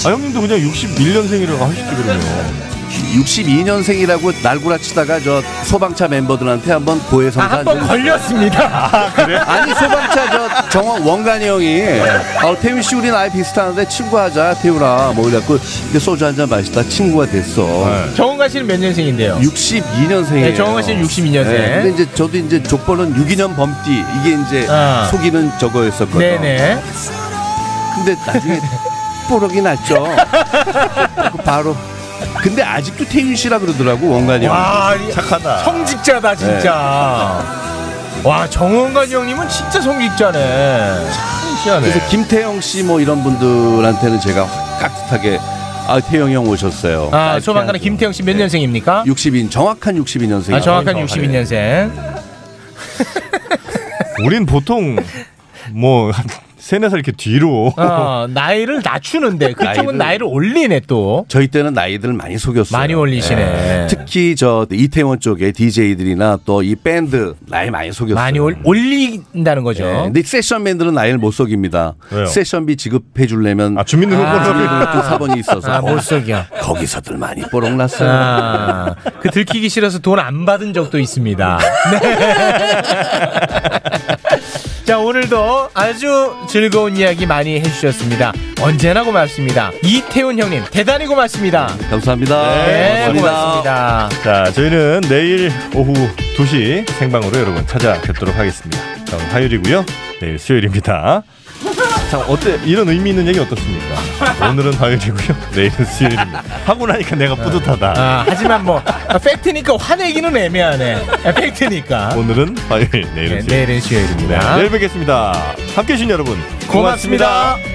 형님도 그냥 61년생이라고 하시지 그러면
62년생이라고 날구라 치다가 저 소방차 멤버들한테 한번 고해성사
아, 한번
걸렸습니다.
아 그래?
아니 소방차 저 정원 원관이 형이 아, 태윤 씨 우리 나이 비슷한데 친구하자 태윤아 뭐 이래갖고 이렇게 소주 한 잔 마시다 친구가 됐어.
정원가 씨는 몇 년생인데요?
62년생이에요. 네,
네, 정원 씨는 62년생.
근데 이제 저도 이제 족보는 62년 범띠 이게 이제
아.
속이는 저거였었거든요.
네네.
근데 나중에 뽀록이 났죠. 그 바로. 근데 아직도 태윤 씨라 그러더라고 원관이 형.
와, 이- 성직자다 진짜. 와 정원관 형님은 진짜 성직자네. 참 희한해.
그래서 김태영 씨 뭐 이런 분들한테는 제가 확 깍듯하게 아 태영 형 오셨어요.
아 소방관의 김태형 씨 몇 년생입니까?
62 정확한 62년생.
아 정확한 62년생.
우린 보통 뭐 한 세네 살 이렇게 뒤로
어, 나이를 낮추는데 그쪽은 나이를 올리네 또.
저희 때는 나이들 많이 속였어요.
많이 올리시네.
예. 특히 저 이태원 쪽에 DJ들이나 또 이 밴드 나이 많이 속였어요.
많이 올, 올린다는 거죠.
예. 근데 세션맨들은 나이를 못 속입니다.
왜요? 아,
세션비 지급해
아,
주려면
주민등록번호.
주민등록증 사본이 있어서
아, 못 속여.
거기서들 많이 뽀록났어요.
아, 그 들키기 싫어서 돈 안 받은 적도 있습니다. 네. 자, 오늘도 아주 즐거운 이야기 많이 해주셨습니다. 언제나 고맙습니다. 이태훈 형님, 대단히 고맙습니다.
감사합니다.
네, 고맙습니다.
자, 저희는 내일 오후 2시 생방으로 여러분 찾아뵙도록 하겠습니다. 자, 오늘 화요일이고요. 내일 수요일입니다. 자, 어때? 이런 의미 있는 얘기 어떻습니까? 오늘은 화요일이고요. 내일은 수요일입니다. 하고 나니까 내가 뿌듯하다.
아, 하지만 뭐, 아, 팩트니까 화내기는 애매하네. 아, 팩트니까.
오늘은 화요일, 내일은
네,
수요일.
내일은 수요일입니다.
네, 내일 뵙겠습니다. 함께 해주신 여러분,
고맙습니다.
고맙습니다.